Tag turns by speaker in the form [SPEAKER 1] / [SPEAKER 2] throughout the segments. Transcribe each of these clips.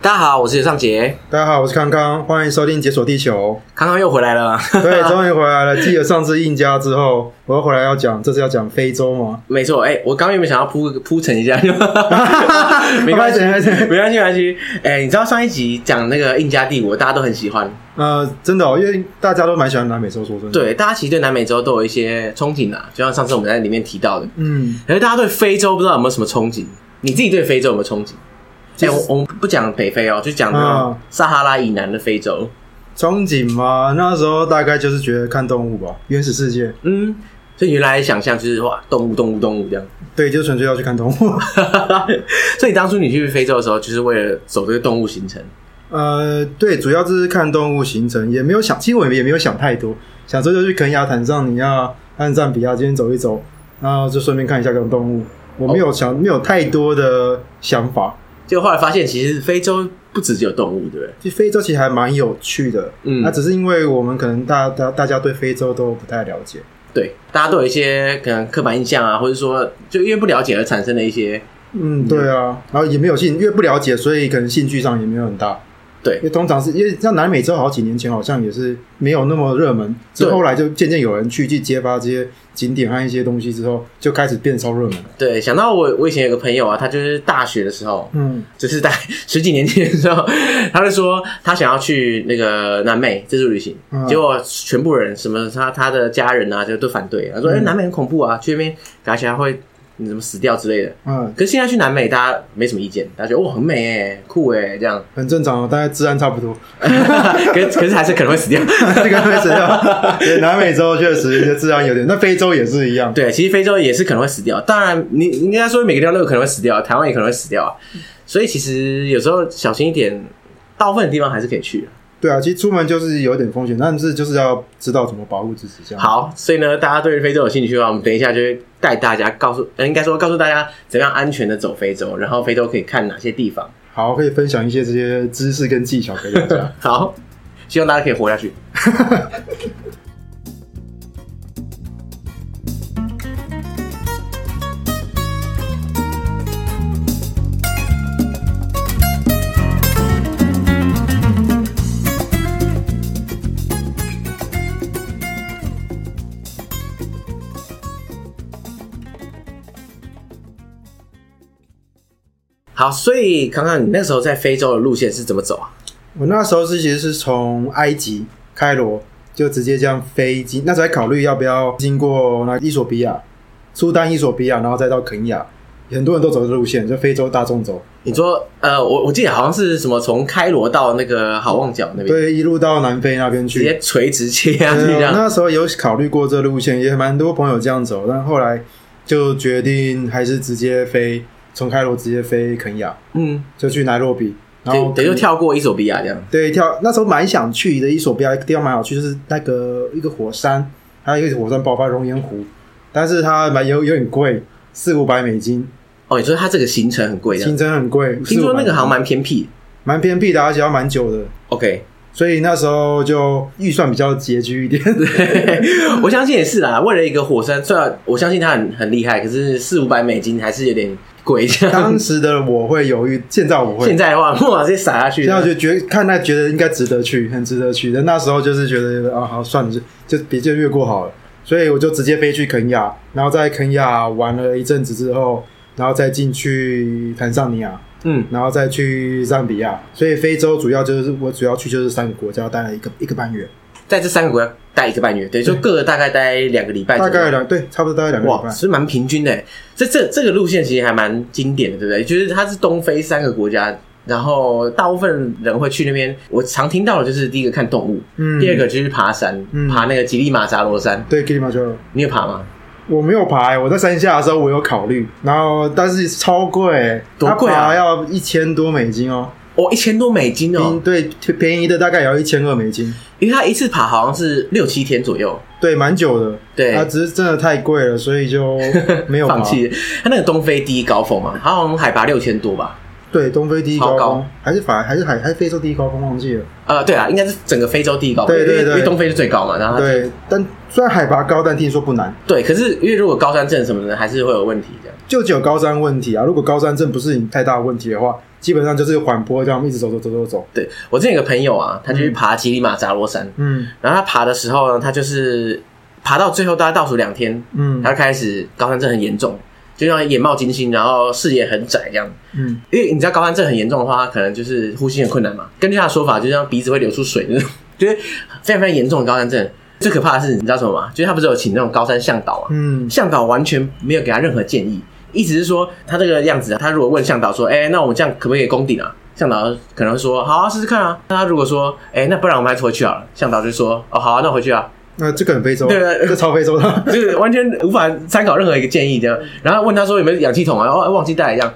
[SPEAKER 1] 大家好，我是刘尚杰，
[SPEAKER 2] 大家好，我是康康，欢迎收听《解锁地球
[SPEAKER 1] 康康又回来了。》。
[SPEAKER 2] 对，终于回来了。记得上次印加之后，我又回来要讲，这次要讲非洲嘛。
[SPEAKER 1] 没错，哎、我刚原本想要铺铺陈 一下，就没关系，
[SPEAKER 2] 没关系
[SPEAKER 1] 没关系，没关系。哎、你知道上一集讲那个印加帝国，大家都很喜欢，
[SPEAKER 2] 呃，真的哦，因为大家都蛮喜欢南美洲，说真的。，
[SPEAKER 1] 对，大家其实对南美洲都有一些憧憬啊，就像上次我们在里面提到的。
[SPEAKER 2] 嗯，
[SPEAKER 1] 可是大家对非洲不知道有没有什么憧憬？你自己对非洲有没有憧憬？哎、我我们不讲北非哦，就讲那种
[SPEAKER 2] 嗯
[SPEAKER 1] 撒哈拉以南的非洲。
[SPEAKER 2] 憧憬嘛，那时候大概就是觉得看动物吧，原始世界，
[SPEAKER 1] 嗯，所以原来想象就是哇，动物动物动物这样。
[SPEAKER 2] 对，就纯粹要去看动物。
[SPEAKER 1] 所以当初你去非洲的时候，就是为了走这个动物行程。
[SPEAKER 2] 呃，对，主要就是看动物行程，也没有想，其实我也没有想太多，想说就去肯亚、坦桑尼亚、安赞比亚今天走一走，然后就顺便看一下各种动物。我没有想，没有太多的想法。
[SPEAKER 1] 结果后来发现，其实非洲不只有动物，对不对？
[SPEAKER 2] 其实非洲其实还蛮有趣的，
[SPEAKER 1] 嗯
[SPEAKER 2] 那、只是因为我们可能大大大家对非洲都不太了解，
[SPEAKER 1] 对，大家都有一些可能刻板印象啊，或者说就因为不了解而产生的一些
[SPEAKER 2] 嗯，对啊，然后也没有兴，因为不了解，所以可能兴趣上也没有很大，
[SPEAKER 1] 对
[SPEAKER 2] 因为通常是因为像南美洲好几年前好像也是没有那么热门，之
[SPEAKER 1] 对
[SPEAKER 2] 后来就渐渐有人去去揭发这些景点和一些东西之后，就开始变超热门，
[SPEAKER 1] 对。想到我我以前有个朋友啊，他就是大学的时候，
[SPEAKER 2] 嗯，
[SPEAKER 1] 就是在十几年前的时候，他就说他想要去那个南美自助旅行，
[SPEAKER 2] 嗯
[SPEAKER 1] 结果全部人什么他他的家人啊，就都反对，他说：“哎、南美很恐怖啊，去那边打起来会你怎么死掉之类的。”
[SPEAKER 2] 嗯，
[SPEAKER 1] 可是现在去南美，大家没什么意见，大家觉得哇很美哎，酷哎这 样，
[SPEAKER 2] 很正常，大概治安差不多，
[SPEAKER 1] 可是可是还是可能会死掉。
[SPEAKER 2] 这个 会死掉。对 南美洲确实一些治安有点，那非洲也是一样，
[SPEAKER 1] 对，其实非洲也是可能会死掉。当然，你你应该说每个地方都有可能会死掉，台湾也可能会死掉啊。所以其实有时候小心一点，大部分的地方还是可以去的。
[SPEAKER 2] 对啊，其实出门就是有点风险，但是就是要知道怎么保护自己，这样。
[SPEAKER 1] 好，所以呢，大家对非洲有兴趣的话，我们等一下就会带大家告诉，呃、应该说告诉大家怎么样安全的走非洲，然后非洲可以看哪些地方。
[SPEAKER 2] 好，可以分享一些这些知识跟技巧给 大家。
[SPEAKER 1] 好，希望大家可以活下去。好，所以康康，你那时候在非洲的路线是怎么走啊？
[SPEAKER 2] 我那时候是其实是从埃及开罗就直接这样飞机，那时候还考虑要不要经过那伊索比亚、苏丹、伊索比亚，然后再到肯亚。很多人都走这路线，就非洲大众走，
[SPEAKER 1] 你说，呃，我我记得好像是什么，从开罗到那个好望角那边，
[SPEAKER 2] 对，一路到南非那边去，
[SPEAKER 1] 直接垂直切下去
[SPEAKER 2] 对，
[SPEAKER 1] 这
[SPEAKER 2] 我
[SPEAKER 1] 样。
[SPEAKER 2] 那时候有考虑过这路线，也蛮多朋友这样走，但后来就决定还是直接飞从开罗直接飞肯亚，
[SPEAKER 1] 嗯，
[SPEAKER 2] 就去奈洛比，然后
[SPEAKER 1] 等等就
[SPEAKER 2] 肯
[SPEAKER 1] 跳过伊索比亚这样。
[SPEAKER 2] 对跳。那时候蛮想去的，伊索比亚一个地方蛮好去，就是那个一个火山，还有一个火山爆发熔岩湖，但是它蛮有有点贵，四五百美金，
[SPEAKER 1] 哦，你说它这个行程很贵这样
[SPEAKER 2] 行？程很贵。
[SPEAKER 1] 听说
[SPEAKER 2] 400-500
[SPEAKER 1] 那个好像蛮偏僻。
[SPEAKER 2] 蛮偏僻的，而且要蛮久的，
[SPEAKER 1] OK，
[SPEAKER 2] 所以那时候就预算比较拮据一点。
[SPEAKER 1] 我相信也是啦。为了一个火山，虽然我相信它很很厉害，可是四五百美金还是有点贵这样。
[SPEAKER 2] 当时的我会犹豫，现在我会
[SPEAKER 1] 现在的话，哇，直接撒下去。
[SPEAKER 2] 然后就觉看那觉得应该值得去，很值得去。但那时候就是觉得啊，好算了，就就别就越过好了。所以我就直接飞去肯亚，然后在肯亚玩了一阵子之后，然后再进去坦桑尼亚，
[SPEAKER 1] 嗯，
[SPEAKER 2] 然后再去赞比亚。所以非洲主要就是我主要去就是三个国家，待了一个一个半月，
[SPEAKER 1] 在这三个国家待一个半月，对，就各个大概待两个礼拜左
[SPEAKER 2] 大
[SPEAKER 1] 右。
[SPEAKER 2] 概两对，差不多大概两个 礼
[SPEAKER 1] 哇，
[SPEAKER 2] 拜。
[SPEAKER 1] 是蛮平均的。这这这个路线其实还蛮经典的，对不对？就是它是东非三个国家，然后大部分人会去那边。我常听到的就是第一个看动物，
[SPEAKER 2] 嗯，
[SPEAKER 1] 第二个就是爬山，
[SPEAKER 2] 嗯
[SPEAKER 1] 爬那个吉力马扎罗山。
[SPEAKER 2] 对 k i l i m a j a r o
[SPEAKER 1] 你有爬吗？
[SPEAKER 2] 我没有爬、欸，我在山下的时候我有考虑，然后但是超贵、欸，
[SPEAKER 1] 多贵啊
[SPEAKER 2] 它爬要一千多美金哦、
[SPEAKER 1] 哦，一千多美金
[SPEAKER 2] 便宜
[SPEAKER 1] 哦，
[SPEAKER 2] 对便宜的大概也要一千二美金，
[SPEAKER 1] 因为它一次爬好像是六七天左右。
[SPEAKER 2] 对，蛮久的。
[SPEAKER 1] 对
[SPEAKER 2] 啊，只是真的太贵了，所以就 没有爬
[SPEAKER 1] 放。弃它那个东非第一高峰嘛，它好像海拔六千多吧？
[SPEAKER 2] 对，东非第一高
[SPEAKER 1] 超
[SPEAKER 2] 峰
[SPEAKER 1] 高
[SPEAKER 2] 还是法还是海还是非洲第一高峰忘记了。
[SPEAKER 1] 呃，对啊，应该是整个非洲第一高峰，
[SPEAKER 2] 对对
[SPEAKER 1] 因为
[SPEAKER 2] 对
[SPEAKER 1] 因为东非是最高嘛。然后它
[SPEAKER 2] 对，但虽然海拔高，但听说不难。
[SPEAKER 1] 对，可是因为如果高山症什么的，还是会有问题这样。
[SPEAKER 2] 就只有高山问题啊，如果高山症不是你太大的问题的话，基本上就是缓坡这样一直走走走走走。
[SPEAKER 1] 对我之前有个朋友啊，他就去爬乞力马扎罗山，
[SPEAKER 2] 嗯
[SPEAKER 1] 然后他爬的时候呢，他就是爬到最后大概倒数两天，
[SPEAKER 2] 嗯
[SPEAKER 1] 他就开始高山症很严重，就像眼冒金星，然后视野很窄这样。
[SPEAKER 2] 嗯，
[SPEAKER 1] 因为你知道高山症很严重的话，他可能就是呼吸很困难嘛。根据他的说法，就像鼻子会流出水那种， 就是非常非常严重的高山症。最可怕的是，你知道什么吗？就是他不是有请那种高山向导啊嘛，
[SPEAKER 2] 嗯，
[SPEAKER 1] 向导完全没有给他任何建议，意思是说他这个样子啊，他如果问向导说，哎、那我们这样可不可以攻顶啊？向导可能会说，好啊，试试看啊。那他如果说，哎、那不然我们还是回去好了。向导就说，哦，好啊，那我回去啊。
[SPEAKER 2] 那、这个很非洲，
[SPEAKER 1] 对对对
[SPEAKER 2] 这超非洲的。
[SPEAKER 1] 就是完全无法参考任何一个建议这样。然后问他说有没有氧气筒啊，哦，忘记带这样。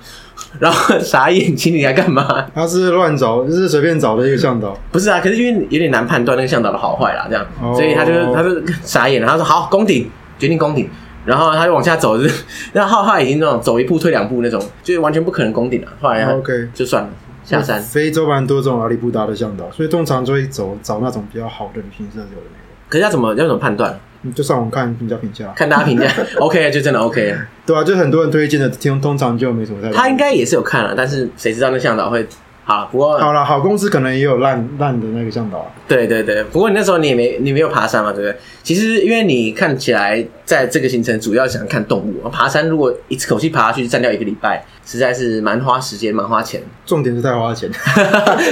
[SPEAKER 1] 然后傻眼，请你来干嘛？
[SPEAKER 2] 他是乱找，就是随便找的一个向导。
[SPEAKER 1] 不是啊，可是因为有点难判断那个向导的好坏啦，这样，
[SPEAKER 2] 哦
[SPEAKER 1] 所以他就他就 傻眼了。他说好，攻顶，决定攻顶。然后他就往下走，就是 那浩浩已经那种走一步退两步那种，就是完全不可能攻顶了、后来他
[SPEAKER 2] 哦 OK
[SPEAKER 1] 就算了，下山。
[SPEAKER 2] 非洲蛮多这种阿里不达的向导，所以通常就会走找那种比较好的旅行社有的没的
[SPEAKER 1] 可是要怎么要怎么判断？
[SPEAKER 2] 你就上网看评价评价。
[SPEAKER 1] 看大家评价 ，OK 就真的 OK。
[SPEAKER 2] 对啊，就很多人推荐的，通通常就没什么太。
[SPEAKER 1] 他应该也是有看了，但是谁知道那向导会好啦？不过
[SPEAKER 2] 好了，好公司可能也有烂烂啊的那个向导啊。
[SPEAKER 1] 对对对，不过你那时候你也没你没有爬山嘛，对不对？其实因为你看起来在这个行程主要想看动物，爬山如果一次口气爬下去占掉一个礼拜，实在是蛮花时间蛮花钱，
[SPEAKER 2] 重点是太花钱，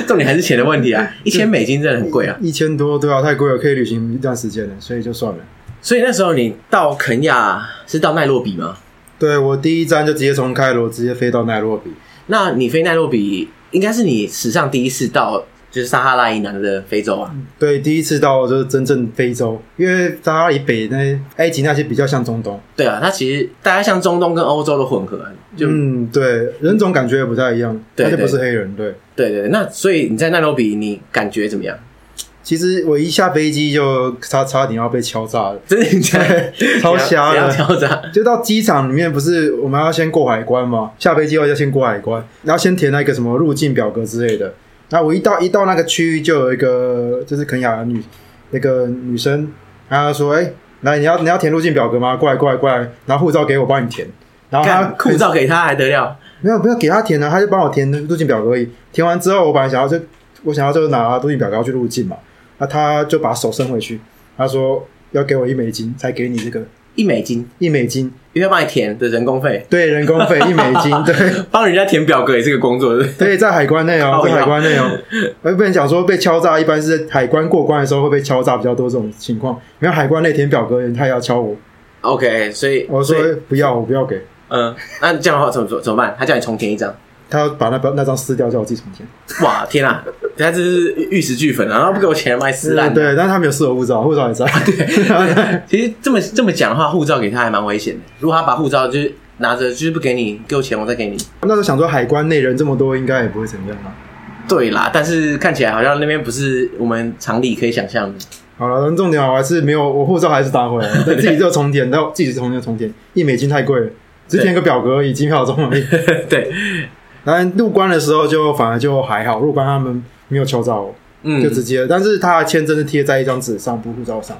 [SPEAKER 1] 重点还是钱的问题啊，一千美金真的很贵啊。
[SPEAKER 2] 一千多对啊，太贵了，可以旅行一段时间了，所以就算了。
[SPEAKER 1] 所以那时候你到肯亚是到奈洛比吗？
[SPEAKER 2] 对我第一站就直接从开罗直接飞到奈洛比，
[SPEAKER 1] 那你飞奈洛比应该是你史上第一次到就是撒哈拉以南的非洲啊，
[SPEAKER 2] 对，第一次到就是真正非洲，因为撒哈拉以北那埃及那些比较像中东，
[SPEAKER 1] 对啊，它其实大概像中东跟欧洲的混合啊，就、
[SPEAKER 2] 嗯，对，人种感觉也不太一样，
[SPEAKER 1] 对
[SPEAKER 2] 而且
[SPEAKER 1] 对
[SPEAKER 2] 不是黑人，对。
[SPEAKER 1] 对对对。那所以你在奈洛比你感觉怎么样？
[SPEAKER 2] 其实我一下飞机就差差点要被敲诈 了，
[SPEAKER 1] 真的假的
[SPEAKER 2] 超瞎
[SPEAKER 1] 怎样
[SPEAKER 2] 的。
[SPEAKER 1] 敲诈？
[SPEAKER 2] 就到机场里面，不是我们要先过海关吗？下飞机后要先过海关，然后先填那个什么入境表格之类的。然后我一到一到那个区域，就有一个就是肯雅的女那个女生，然后她说：“哎、来，你要你要填入境表格吗？过来过来过来，拿护照给我帮你填。”然后她
[SPEAKER 1] 看护照给他还得了？
[SPEAKER 2] 没有没有给他填了，他就帮我填入境表格而已。填完之后，我本来想要就我想要就拿入境表格要去入境嘛，那他就把手伸回去，他说要给我一美金才给你这个
[SPEAKER 1] 一美金，
[SPEAKER 2] 一美金，
[SPEAKER 1] 因为要帮你填的人工费，
[SPEAKER 2] 对，人工费一美金，对。
[SPEAKER 1] 帮人家填表格也是个工作，对不对
[SPEAKER 2] 对，在海关内哦
[SPEAKER 1] 靠，
[SPEAKER 2] 在
[SPEAKER 1] 腰
[SPEAKER 2] 海关内哦。我本来想说被敲诈，一般是海关过关的时候会被敲诈比较多这种情况。没有海关内填表格，他也要敲我，
[SPEAKER 1] ？OK，所以
[SPEAKER 2] 我
[SPEAKER 1] 所以
[SPEAKER 2] 说不要，我不要给。
[SPEAKER 1] 嗯，那这样的话怎么怎么办？他叫你重填一张，
[SPEAKER 2] 他把那那张撕掉，叫我自己重填。
[SPEAKER 1] 哇，天啊，他这是玉石俱焚啊！然后不给我钱，卖撕烂。，
[SPEAKER 2] 对，但是他没有撕我护照，护照 也在。
[SPEAKER 1] 其实这么这么讲的话，护照给他还蛮危险的。如果他把护照就是拿着，就是不给你，给我钱，我再给你。
[SPEAKER 2] 那时候想说海关内人这么多，应该也不会怎么样啊。
[SPEAKER 1] 对啦，但是看起来好像那边不是我们常理可以想象的。
[SPEAKER 2] 好了，但重点我还是没有，我护照还是打回来了，但自己就重填，然后自己重填重填，一美金太贵了，只填个表格而已，机票中而 已。
[SPEAKER 1] 对，
[SPEAKER 2] 然后入关的时候就反而就还好，入关他们没有敲诈我，
[SPEAKER 1] 嗯，
[SPEAKER 2] 就直接，但是他的签证是贴在一张纸上，不是护照上。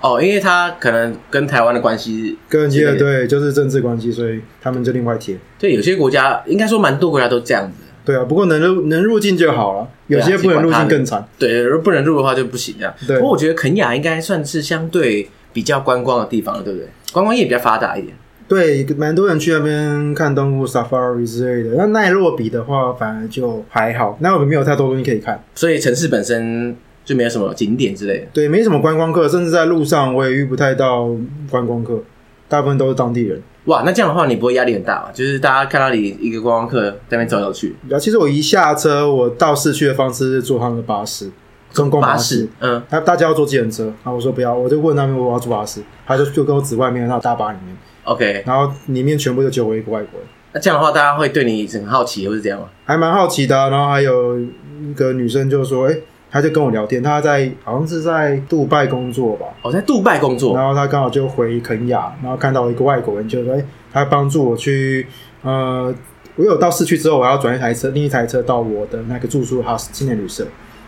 [SPEAKER 1] 哦，因为他可能跟台湾的关系
[SPEAKER 2] 跟
[SPEAKER 1] 之类
[SPEAKER 2] 接
[SPEAKER 1] 的
[SPEAKER 2] 对，就是政治关系，所以他们就另外贴。
[SPEAKER 1] 对，有些国家应该说蛮多国家都这样子。
[SPEAKER 2] 对啊，不过能入能入境就好了，有
[SPEAKER 1] 对啊
[SPEAKER 2] 些不能入境更惨。
[SPEAKER 1] 对，如果不能入的话就不行这样。
[SPEAKER 2] 对
[SPEAKER 1] 不过我觉得肯雅应该算是相对比较观光的地方了，对不对？观光业比较发达一点。
[SPEAKER 2] 对，蛮多人去那边看动物 safari 之类的。那奈洛比的话，反而就还好，奈洛比没有太多东西可以看，
[SPEAKER 1] 所以城市本身就没有什么景点之类的。
[SPEAKER 2] 对，没什么观光客，甚至在路上我也遇不太到观光客，大部分都是当地人。
[SPEAKER 1] 哇，那这样的话你不会压力很大吗？就是大家看到你一个观光客在那边走来走去，
[SPEAKER 2] 然后其实我一下车，我到市区的方式是坐他们的巴士，公共
[SPEAKER 1] 巴
[SPEAKER 2] 士
[SPEAKER 1] 士。，嗯，
[SPEAKER 2] 他大家要坐计程车，然后我说不要，我就问他们我要坐巴士，他就就跟我指外面那大巴里面，
[SPEAKER 1] ，OK。
[SPEAKER 2] 然后里面全部就只有我一个外国人，
[SPEAKER 1] 那这样的话，大家会对你很好奇，或是这样吗？
[SPEAKER 2] 还蛮好奇的啊、然后还有一个女生就说，哎、她就跟我聊天，她在好像是在杜拜工作吧，
[SPEAKER 1] 哦我、在杜拜工作，
[SPEAKER 2] 然后她刚好就回肯雅，然后看到一个外国人，就说，哎、她帮助我去，呃，我有到市区之后，我要转一台车，另一台车到我的那个住宿 house 青年旅社，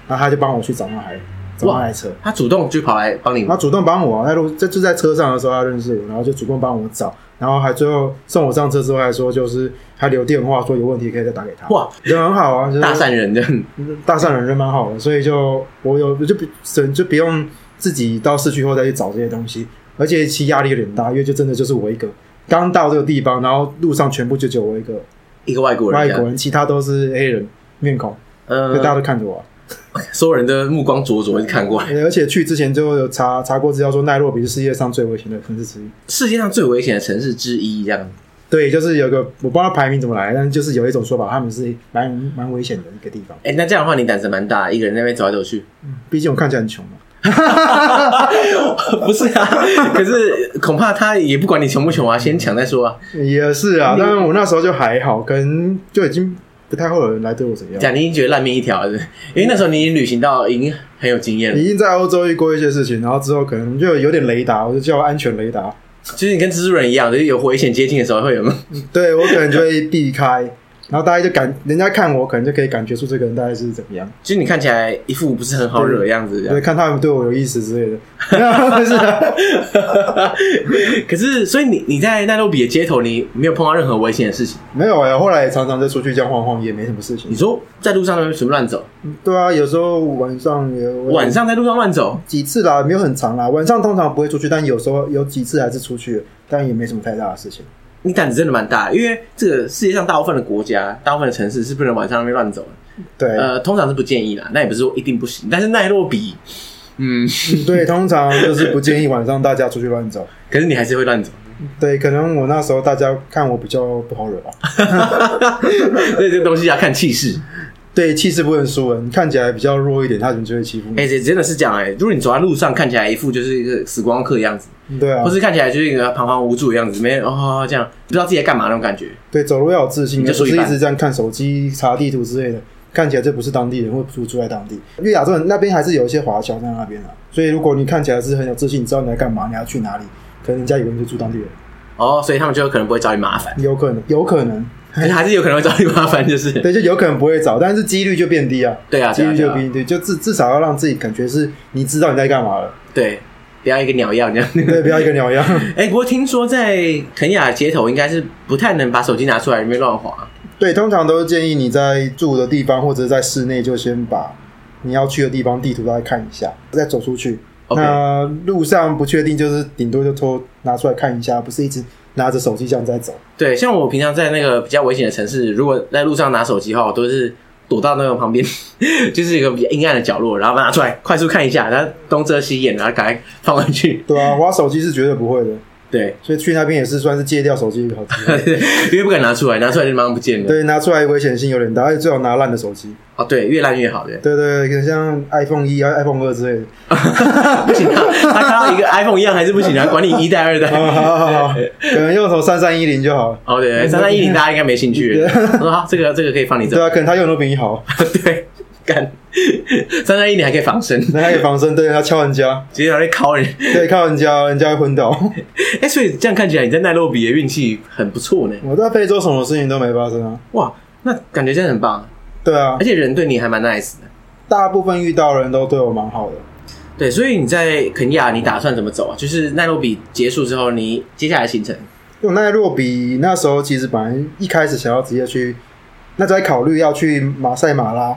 [SPEAKER 2] 然后她就帮我去找那台找那台车。
[SPEAKER 1] 他主动就跑来帮你
[SPEAKER 2] 然，后主动帮我在路，这就在车上的时候，他认识我，然后就主动帮我找，然后还最后送我上车之后还说，就是还留电话说有问题可以再打给他。
[SPEAKER 1] 哇，
[SPEAKER 2] 人很好啊，就是
[SPEAKER 1] 大善人这样，
[SPEAKER 2] 大善人人蛮好的，所以就我有就不省就不用自己到市区后再去找这些东西，而且其实压力有点大，因为就真的就是我一个刚到这个地方，然后路上全部就只有我一个
[SPEAKER 1] 一个外国人
[SPEAKER 2] 外
[SPEAKER 1] 这样，
[SPEAKER 2] 国人，其他都是黑人面孔，就大
[SPEAKER 1] 嗯，
[SPEAKER 2] 家都看着我啊、
[SPEAKER 1] 所有人的目光灼灼地看过来。
[SPEAKER 2] 而且去之前就有查查过资料，说奈洛比是世界上最危险的城市之一。
[SPEAKER 1] 世界上最危险的城市之一，这样
[SPEAKER 2] 对，就是有一个我不知道排名怎么来，但就是有一种说法，他们是蛮蛮危险的一个地方。
[SPEAKER 1] 哎、那这样的话，你胆子蛮大，一个人在那边走来走去。
[SPEAKER 2] 毕竟我看起来很穷嘛。
[SPEAKER 1] 不是啊，可是恐怕他也不管你穷不穷啊，先抢再说啊。
[SPEAKER 2] 也是啊，但是我那时候就还好，可能就已经不太会有人来对我怎样。
[SPEAKER 1] 讲你已经觉得烂命一条了，是不是因为那时候你已经旅行到已经很有经验了
[SPEAKER 2] 已，经在欧洲遇过一些事情，然后之后可能就有点雷达，我就叫安全雷达。
[SPEAKER 1] 就是你跟蜘蛛人一样，就是有危险接近的时候会有
[SPEAKER 2] 对我可能就会避开，然后大家就感人家看我，可能就可以感觉出这个人大概是怎 么样，
[SPEAKER 1] 就是你看起来一副不是很好惹的样子，这
[SPEAKER 2] 对，
[SPEAKER 1] 样。
[SPEAKER 2] 看他们对我有意思 之类的。但是啊
[SPEAKER 1] 可是，所以你你在奈洛比的街头，你没有碰到任何危险的事情。
[SPEAKER 2] 没有哎、后来常常就出去这样晃晃，也没什么事
[SPEAKER 1] 你
[SPEAKER 2] 情。
[SPEAKER 1] 说在路上随便乱走，
[SPEAKER 2] 对啊，有时候晚上也
[SPEAKER 1] 晚上在路上乱走，
[SPEAKER 2] 几次啦，没有很长啦。晚上通常不会出去，但有时候有几次还是出去了，但也没什么太大的事情。
[SPEAKER 1] 你胆子真的蛮大，因为这个世界上大部分的国家、大部分的城市是不能晚上那边乱走的。
[SPEAKER 2] 对，
[SPEAKER 1] 呃，通常是不建议啦，那也不是说一定不行。但是奈洛比，嗯，
[SPEAKER 2] 对，通常就是不建议晚上大家出去乱走。
[SPEAKER 1] 可是你还是会乱走，
[SPEAKER 2] 对，可能我那时候大家看我比较不好惹吧。
[SPEAKER 1] 所以这个东西要看气势。
[SPEAKER 2] 对，气势不能输人，看起来比较弱一点，他们就会欺负你。
[SPEAKER 1] 哎、这真的是这样哎、如果你走在路上，看起来一副就是一个死观光客的样子，
[SPEAKER 2] 对啊
[SPEAKER 1] 或，是看起来就是一个彷徨无助的样子，没人哦这样，不知道自己在干嘛那种感觉。
[SPEAKER 2] 对，走路要有自
[SPEAKER 1] 你
[SPEAKER 2] 信，
[SPEAKER 1] 就
[SPEAKER 2] 而不
[SPEAKER 1] 说
[SPEAKER 2] 是
[SPEAKER 1] 一半
[SPEAKER 2] 一直这样看手机、查地图之类的。看起来这不是当地人，或不住在当地。因为亚洲人那边还是有一些华侨在那边啊，所以如果你看起来是很有自信，你知道你在干嘛，你要去哪里，可能人家以为你是住当地人，
[SPEAKER 1] 哦，所以他们就可能不会找你麻烦，
[SPEAKER 2] 有可能，有可能，
[SPEAKER 1] 可是还是有可能会找你麻烦，就是
[SPEAKER 2] 对，就有可能不会找，但是几率就变低啊，
[SPEAKER 1] 对啊，
[SPEAKER 2] 几
[SPEAKER 1] 对啊
[SPEAKER 2] 率
[SPEAKER 1] 对
[SPEAKER 2] 就
[SPEAKER 1] 啊
[SPEAKER 2] 变低，就至至少要让自己感觉是你知道你在干嘛了，
[SPEAKER 1] 对，不要一个鸟样这样。
[SPEAKER 2] 对，不要一个鸟样。
[SPEAKER 1] 哎、不过听说在肯雅街头应该是不太能把手机拿出来里面乱滑，
[SPEAKER 2] 对，通常都是建议你在住的地方或者是在室内就先把你要去的地方地图大概看一下，再走出去。
[SPEAKER 1] OK
[SPEAKER 2] 那路上不确定，就是顶多就偷拿出来看一下，不是一直拿着手机这样在走。
[SPEAKER 1] 对，像我平常在那个比较危险的城市，如果在路上拿手机的话，我都是躲到那个旁边， 就是一个比较阴暗的角落，然后把它拿出来，快速看一下，然后东遮西掩，然后赶快放回去。
[SPEAKER 2] 对 啊，滑手机是绝对不会的，
[SPEAKER 1] 对，
[SPEAKER 2] 所以去那边也是算是戒掉手机的 好机会。
[SPEAKER 1] 因为不敢拿出来，拿出来就马上不见了。
[SPEAKER 2] 对，拿出来危险性有点大，而且最好拿烂的手机。
[SPEAKER 1] 哦，对，越烂越好的，
[SPEAKER 2] 对对，可能像 iPhone 一、iPhone 二之类的。
[SPEAKER 1] 不行啊，他看到一个 iPhone 一样还是不行啊，管你一代二 代。
[SPEAKER 2] 啊，好好好，可能用什么三三一零就好了。
[SPEAKER 1] 哦，对，三三一零大家应该没兴趣。 我说好，这个这个可以放你
[SPEAKER 2] 对
[SPEAKER 1] 这。
[SPEAKER 2] 啊，可能他用的都比你好，
[SPEAKER 1] 对，干 三三一零还可以防身，
[SPEAKER 2] 那还可以防身，对他敲人家，
[SPEAKER 1] 直接拿来敲人。
[SPEAKER 2] 对，靠人家，人家会昏倒。
[SPEAKER 1] 哎、所以这样看起来你在奈洛比的运气很不错呢。
[SPEAKER 2] 我在非洲什么事情都没发生啊。
[SPEAKER 1] 哇，那感觉真的很棒，
[SPEAKER 2] 对啊
[SPEAKER 1] 而，且人对你还蛮 nice 的。
[SPEAKER 2] 大部分遇到的人都对我蛮好的。
[SPEAKER 1] 对，所以你在肯亚，你打算怎么走啊？就是奈洛比结束之后，你接下来的行程
[SPEAKER 2] 我奈洛比那时候其实本来一开始想要直接去，那时候还考虑要去马赛马拉，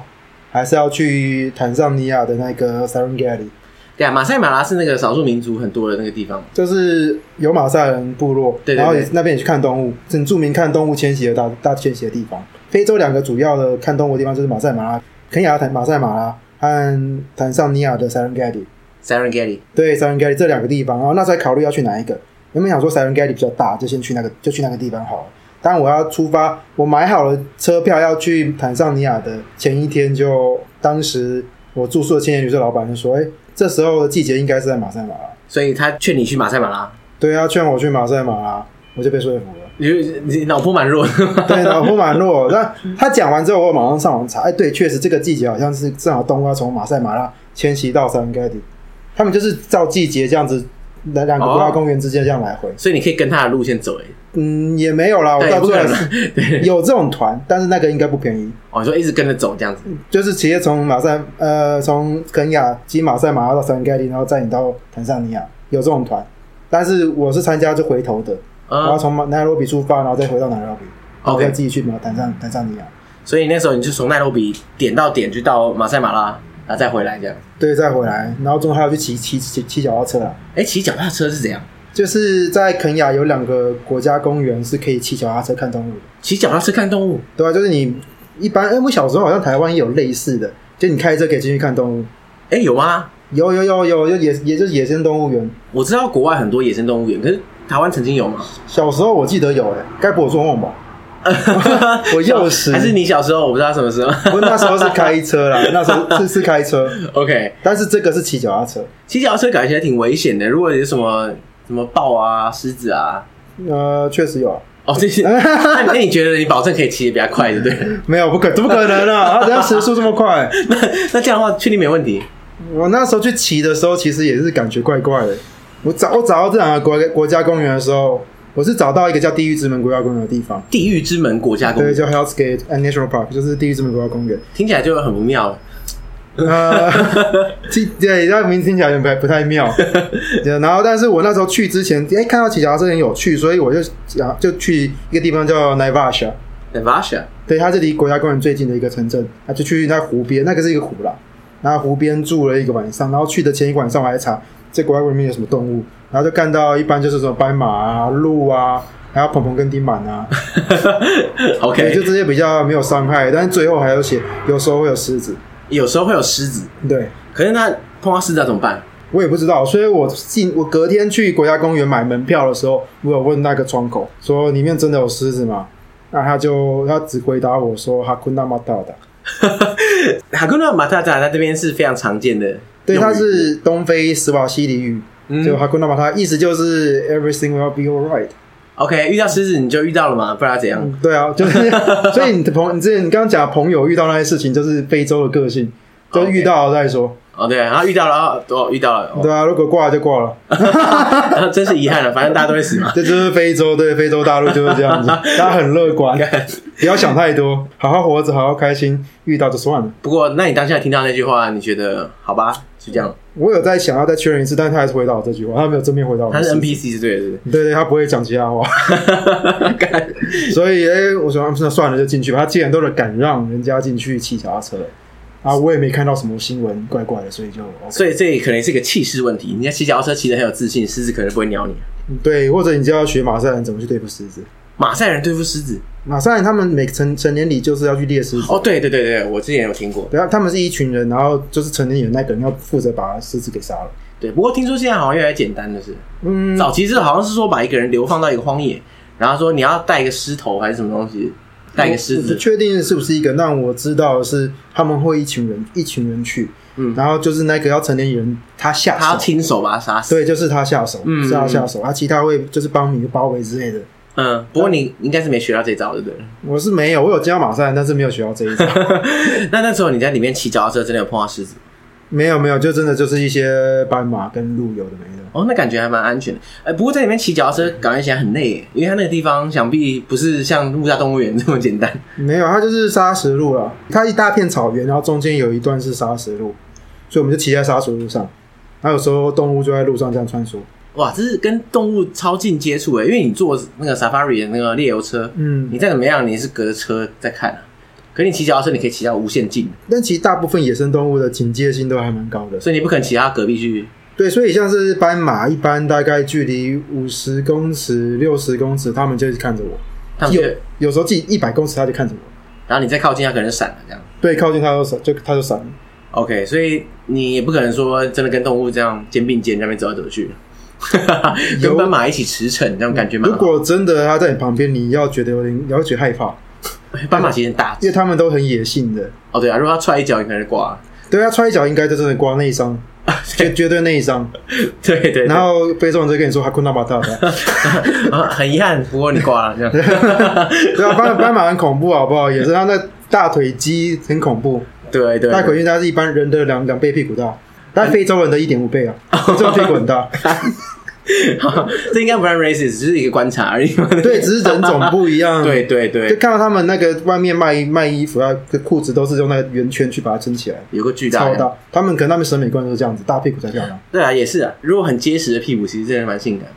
[SPEAKER 2] 还是要去坦桑尼亚的那个 Serengeti，
[SPEAKER 1] 对啊，马赛马拉是那个少数民族很多的那个地方嘛。
[SPEAKER 2] 就是有马赛人部落，
[SPEAKER 1] 对对对
[SPEAKER 2] 然后也是那边也去看动物，很著名看动物迁徙的大大迁徙的地方。非洲两个主要的看动物的地方就是马赛马拉、肯亚的坦马赛马拉和坦桑尼亚的 Serengeti。
[SPEAKER 1] Serengeti，
[SPEAKER 2] 对 Serengeti 这两个地方，然后哦那时候还考虑要去哪一个。原本想说 Serengeti 比较大，就先去那个就去那个地方好了。但我要出发，我买好了车票要去坦桑尼亚的前一天就，当时我住宿的青年旅社老板就说：“哎、这时候的季节应该是在马赛马拉。
[SPEAKER 1] 所以他劝你去马赛马拉，”
[SPEAKER 2] 对啊，劝我去马赛马拉，我就被说服了。
[SPEAKER 1] 你你脑波蛮弱的。
[SPEAKER 2] 对，脑波蛮弱。但他讲完之后，我马上上网查，哎、对，确实这个季节好像是正好动物要从马赛马拉迁徙到 Serengeti，他们就是照季节这样子，两两个国家
[SPEAKER 1] 哦
[SPEAKER 2] 公园之间这样来回。
[SPEAKER 1] 所以你可以跟他的路线走、欸，
[SPEAKER 2] 嗯，也没有啦，我
[SPEAKER 1] 但也
[SPEAKER 2] 到
[SPEAKER 1] 哎不
[SPEAKER 2] 最
[SPEAKER 1] 可
[SPEAKER 2] 后
[SPEAKER 1] 能
[SPEAKER 2] 是。
[SPEAKER 1] 对，
[SPEAKER 2] 有这种团， 但是那个应该不便宜，
[SPEAKER 1] 哦，你说一直跟着走这样子，
[SPEAKER 2] 就是直接从马赛呃从肯亚经马赛马拉到塞盖利，然后再你到坦桑尼亚，有这种团，但是我是参加就回头的，
[SPEAKER 1] 嗯
[SPEAKER 2] 我要从奈罗比出发，然后再回到奈罗比，然后
[SPEAKER 1] OK
[SPEAKER 2] 再自己去马坦桑坦桑尼亚，
[SPEAKER 1] 所以那时候你就从奈罗比点到点就到马赛马拉，然后再回来这样。
[SPEAKER 2] 对，再回来，然后中间还要去骑骑骑骑脚踏车啊。
[SPEAKER 1] 哎，骑脚踏车是怎样？
[SPEAKER 2] 就是在肯雅有两个国家公园是可以骑脚踏车看动物的，
[SPEAKER 1] 骑脚踏车看动物？
[SPEAKER 2] 对啊，就是你一般，哎、我小时候好像台湾也有类似的，就你开车可以进去看动物，
[SPEAKER 1] 哎，有吗？
[SPEAKER 2] 有有有有，就野也就是野生动物园。
[SPEAKER 1] 我知道国外很多野生动物园，可是台湾曾经有吗？
[SPEAKER 2] 小时候我记得有、哎，该不会我做梦吧？我幼时
[SPEAKER 1] 还是你小时候？我不知道什么时候。
[SPEAKER 2] 不过那时候是开 车啦，那时候是是开车，
[SPEAKER 1] OK，
[SPEAKER 2] 但是这个是骑脚踏车。
[SPEAKER 1] 骑脚踏车感觉挺危险的，如果有什么什么豹啊、狮子啊，
[SPEAKER 2] 呃，确实有、啊，
[SPEAKER 1] 哦这 些，那你那你觉得你保证可以骑得比较快，对不 对？
[SPEAKER 2] 没有不可，怎么可能 啊？啊，人家时速这么快，
[SPEAKER 1] 那那这样的话，确定没问题。
[SPEAKER 2] 我那时候去骑的时候，其实也是感觉怪怪的。我找我找到这两个国国家公园的时候，我是找到一个叫地狱之门国家公园的地方，
[SPEAKER 1] 地狱之门国家公
[SPEAKER 2] 对，
[SPEAKER 1] 园
[SPEAKER 2] 叫 Hell's Gate and National Park，就是地狱之门国家公园。
[SPEAKER 1] 听起来就很不妙。
[SPEAKER 2] 呃，听对，那名字听起来有点不不太妙。对然后，但是我那时候去之前，哎、看到骑脚踏车很有趣，所以我就想就去一个地方叫 Naivasha，
[SPEAKER 1] Nevasha，
[SPEAKER 2] 对，它是离国家公园最近的一个城镇，他就去那湖边，那个是一个湖啦，然后湖边住了一个晚上，然后去的前一个晚上我还查这国家公园里面有什么动物，然后就看到一般就是什么斑马啊、鹿啊，还有鹏鹏跟丁满啊，对，就
[SPEAKER 1] OK，
[SPEAKER 2] 这些比较没有伤害，但是最后还有写有时候会有狮子，
[SPEAKER 1] 有时候会有狮子，
[SPEAKER 2] 对。
[SPEAKER 1] 可是那碰到狮子要怎么办？
[SPEAKER 2] 我也不知道，所以我进我隔天去国家公园买门票的时候，我有问那个窗口说里面真的有狮子吗？那他就他只回答我说哈库纳马达的，
[SPEAKER 1] 哈库纳马塔塔在这边是非常常见的用语，
[SPEAKER 2] 对，它是东非斯瓦西里语，就哈库纳马达，意思就是 everything will be alright。
[SPEAKER 1] OK。遇到狮子你就遇到了嘛，不然要怎样？
[SPEAKER 2] 对啊，就是 所以你的朋你之前你刚刚讲朋友遇到那些事情，就是非洲的个性，就
[SPEAKER 1] OK
[SPEAKER 2] 遇到了再说。
[SPEAKER 1] 哦，对，然后遇到了，哦，遇到了，哦
[SPEAKER 2] 对啊，如果挂了就挂了，
[SPEAKER 1] 然后真是遗憾了，反正大家都会死嘛。
[SPEAKER 2] 这就是非洲，对非洲大陆就是 这样子，大家很乐观。不要想太多，好好活着，好好开心，遇到就算了。
[SPEAKER 1] 不过，那你当下听到那句话，你觉得好吧？就这样，
[SPEAKER 2] 我有在想要再确认一次，但他还是回答我这句话，他没有正面回答我。
[SPEAKER 1] 他是 NPC 是对的，对
[SPEAKER 2] 对对，他不会讲其 他话，
[SPEAKER 1] 不对？干
[SPEAKER 2] 所以哎、我说啊那算了，就进去吧。他既然都敢让人家进去骑脚踏车了啊，我也没看到什么新闻怪怪的，所以就 OK。
[SPEAKER 1] 所以这可能是一个气势问题。人家骑脚踏车骑得很有自信，狮子可能不会鸟你。
[SPEAKER 2] 对，或者你就要学马赛人怎么去对付狮子。
[SPEAKER 1] 马赛人对付狮子，
[SPEAKER 2] 马赛人他们每成成年礼就是要去猎狮子，
[SPEAKER 1] 哦，对对对对，我之前有听过。
[SPEAKER 2] 对啊，他们是一群人，然后就是成年人那个人要负责把狮子给杀了。
[SPEAKER 1] 对，不过听说现在好像越来越简单了，是。
[SPEAKER 2] 嗯，
[SPEAKER 1] 早期是好像是说把一个人流放到一个荒野，然后说你要带一个狮头还是什么东西，带一个狮
[SPEAKER 2] 哦我不
[SPEAKER 1] 子。
[SPEAKER 2] 确定是不是一个，但我知道的是他们会一群人一群人去，
[SPEAKER 1] 嗯
[SPEAKER 2] 然后就是那个要成年人他下
[SPEAKER 1] 他要
[SPEAKER 2] 手，
[SPEAKER 1] 亲手把他杀死。
[SPEAKER 2] 对，就是他下手，
[SPEAKER 1] 嗯
[SPEAKER 2] 是他下手，啊，其他会就是帮你包围之类的。
[SPEAKER 1] 嗯，不过你应该是没学到这招，对不对？
[SPEAKER 2] 我是没有，我有见到马赛，但是没有学到这一招，
[SPEAKER 1] 那那时候你在里面骑脚踏车，真的有碰到狮子？
[SPEAKER 2] 没有没有，就真的就是一些斑马跟鹿有的没的。
[SPEAKER 1] 哦，那感觉还蛮安全的。哎、不过在里面骑脚踏车感觉起来很累耶，因为它那个地方想必不是像陆家动物园这么简单。
[SPEAKER 2] 没有，它就是砂石路了。它一大片草原，然后中间有一段是砂石路，所以我们就骑在砂石路上。然后有时候动物就在路上这样穿梭。
[SPEAKER 1] 哇，这是跟动物超近接触哎，因为你坐那个 safari 的那个猎游车，
[SPEAKER 2] 嗯，
[SPEAKER 1] 你再怎么样你是隔着车在看啊，可你骑脚踏车你可以骑到无限近，
[SPEAKER 2] 但其实大部分野生动物的警戒性都还蛮高的。
[SPEAKER 1] 所以你不可能骑到它隔壁去。
[SPEAKER 2] 对，所以像是斑马，一般大概距离五十公尺、六十公尺，他们就是看着我。
[SPEAKER 1] 它
[SPEAKER 2] 有
[SPEAKER 1] 就
[SPEAKER 2] 有时候近一百公尺，它就看着我。
[SPEAKER 1] 然后你再靠近它，可能就闪了这样。
[SPEAKER 2] 对，靠近它就闪，就它就闪了。
[SPEAKER 1] OK，所以你也不可能说真的跟动物这样肩并肩在那边走来走 去，
[SPEAKER 2] 有
[SPEAKER 1] 跟斑马一起驰骋，这样感觉蛮
[SPEAKER 2] 如
[SPEAKER 1] 好。
[SPEAKER 2] 果真的它在你旁边，你要觉得有点，你要觉得害怕，
[SPEAKER 1] 斑马其实很大
[SPEAKER 2] 因为它们都很野性的。
[SPEAKER 1] 哦，对啊，如果它踹一脚，你可能就 挂了。
[SPEAKER 2] 对，它踹一脚应该就真的刮内伤，绝绝对内伤。
[SPEAKER 1] 对对对，
[SPEAKER 2] 然后非洲人就跟你说哈库纳巴塔的，
[SPEAKER 1] 啊 很遗憾，不过你挂了这 样。
[SPEAKER 2] 对啊，斑斑马很恐怖，好不好？也是它那大腿肌很恐怖，
[SPEAKER 1] 对对
[SPEAKER 2] 大
[SPEAKER 1] 对，
[SPEAKER 2] 腿因为它是一般人的两两倍屁股大，但非洲人的一点五倍啊，非洲人屁股很大。
[SPEAKER 1] 这应该不算 racist，只是一个观察而已嘛。
[SPEAKER 2] 对，只是人种不一样。
[SPEAKER 1] 对对
[SPEAKER 2] 就
[SPEAKER 1] 对，
[SPEAKER 2] 看到他们那个外面卖卖衣服啊，裤子都是用那个圆圈去把它撑起来，
[SPEAKER 1] 有个巨大
[SPEAKER 2] 超
[SPEAKER 1] 的，
[SPEAKER 2] 大。他们可能他们审啊美观就是这样子，大屁股才漂亮。
[SPEAKER 1] 对啊，也是啊。如果很结实的屁股，其实真的蛮性感。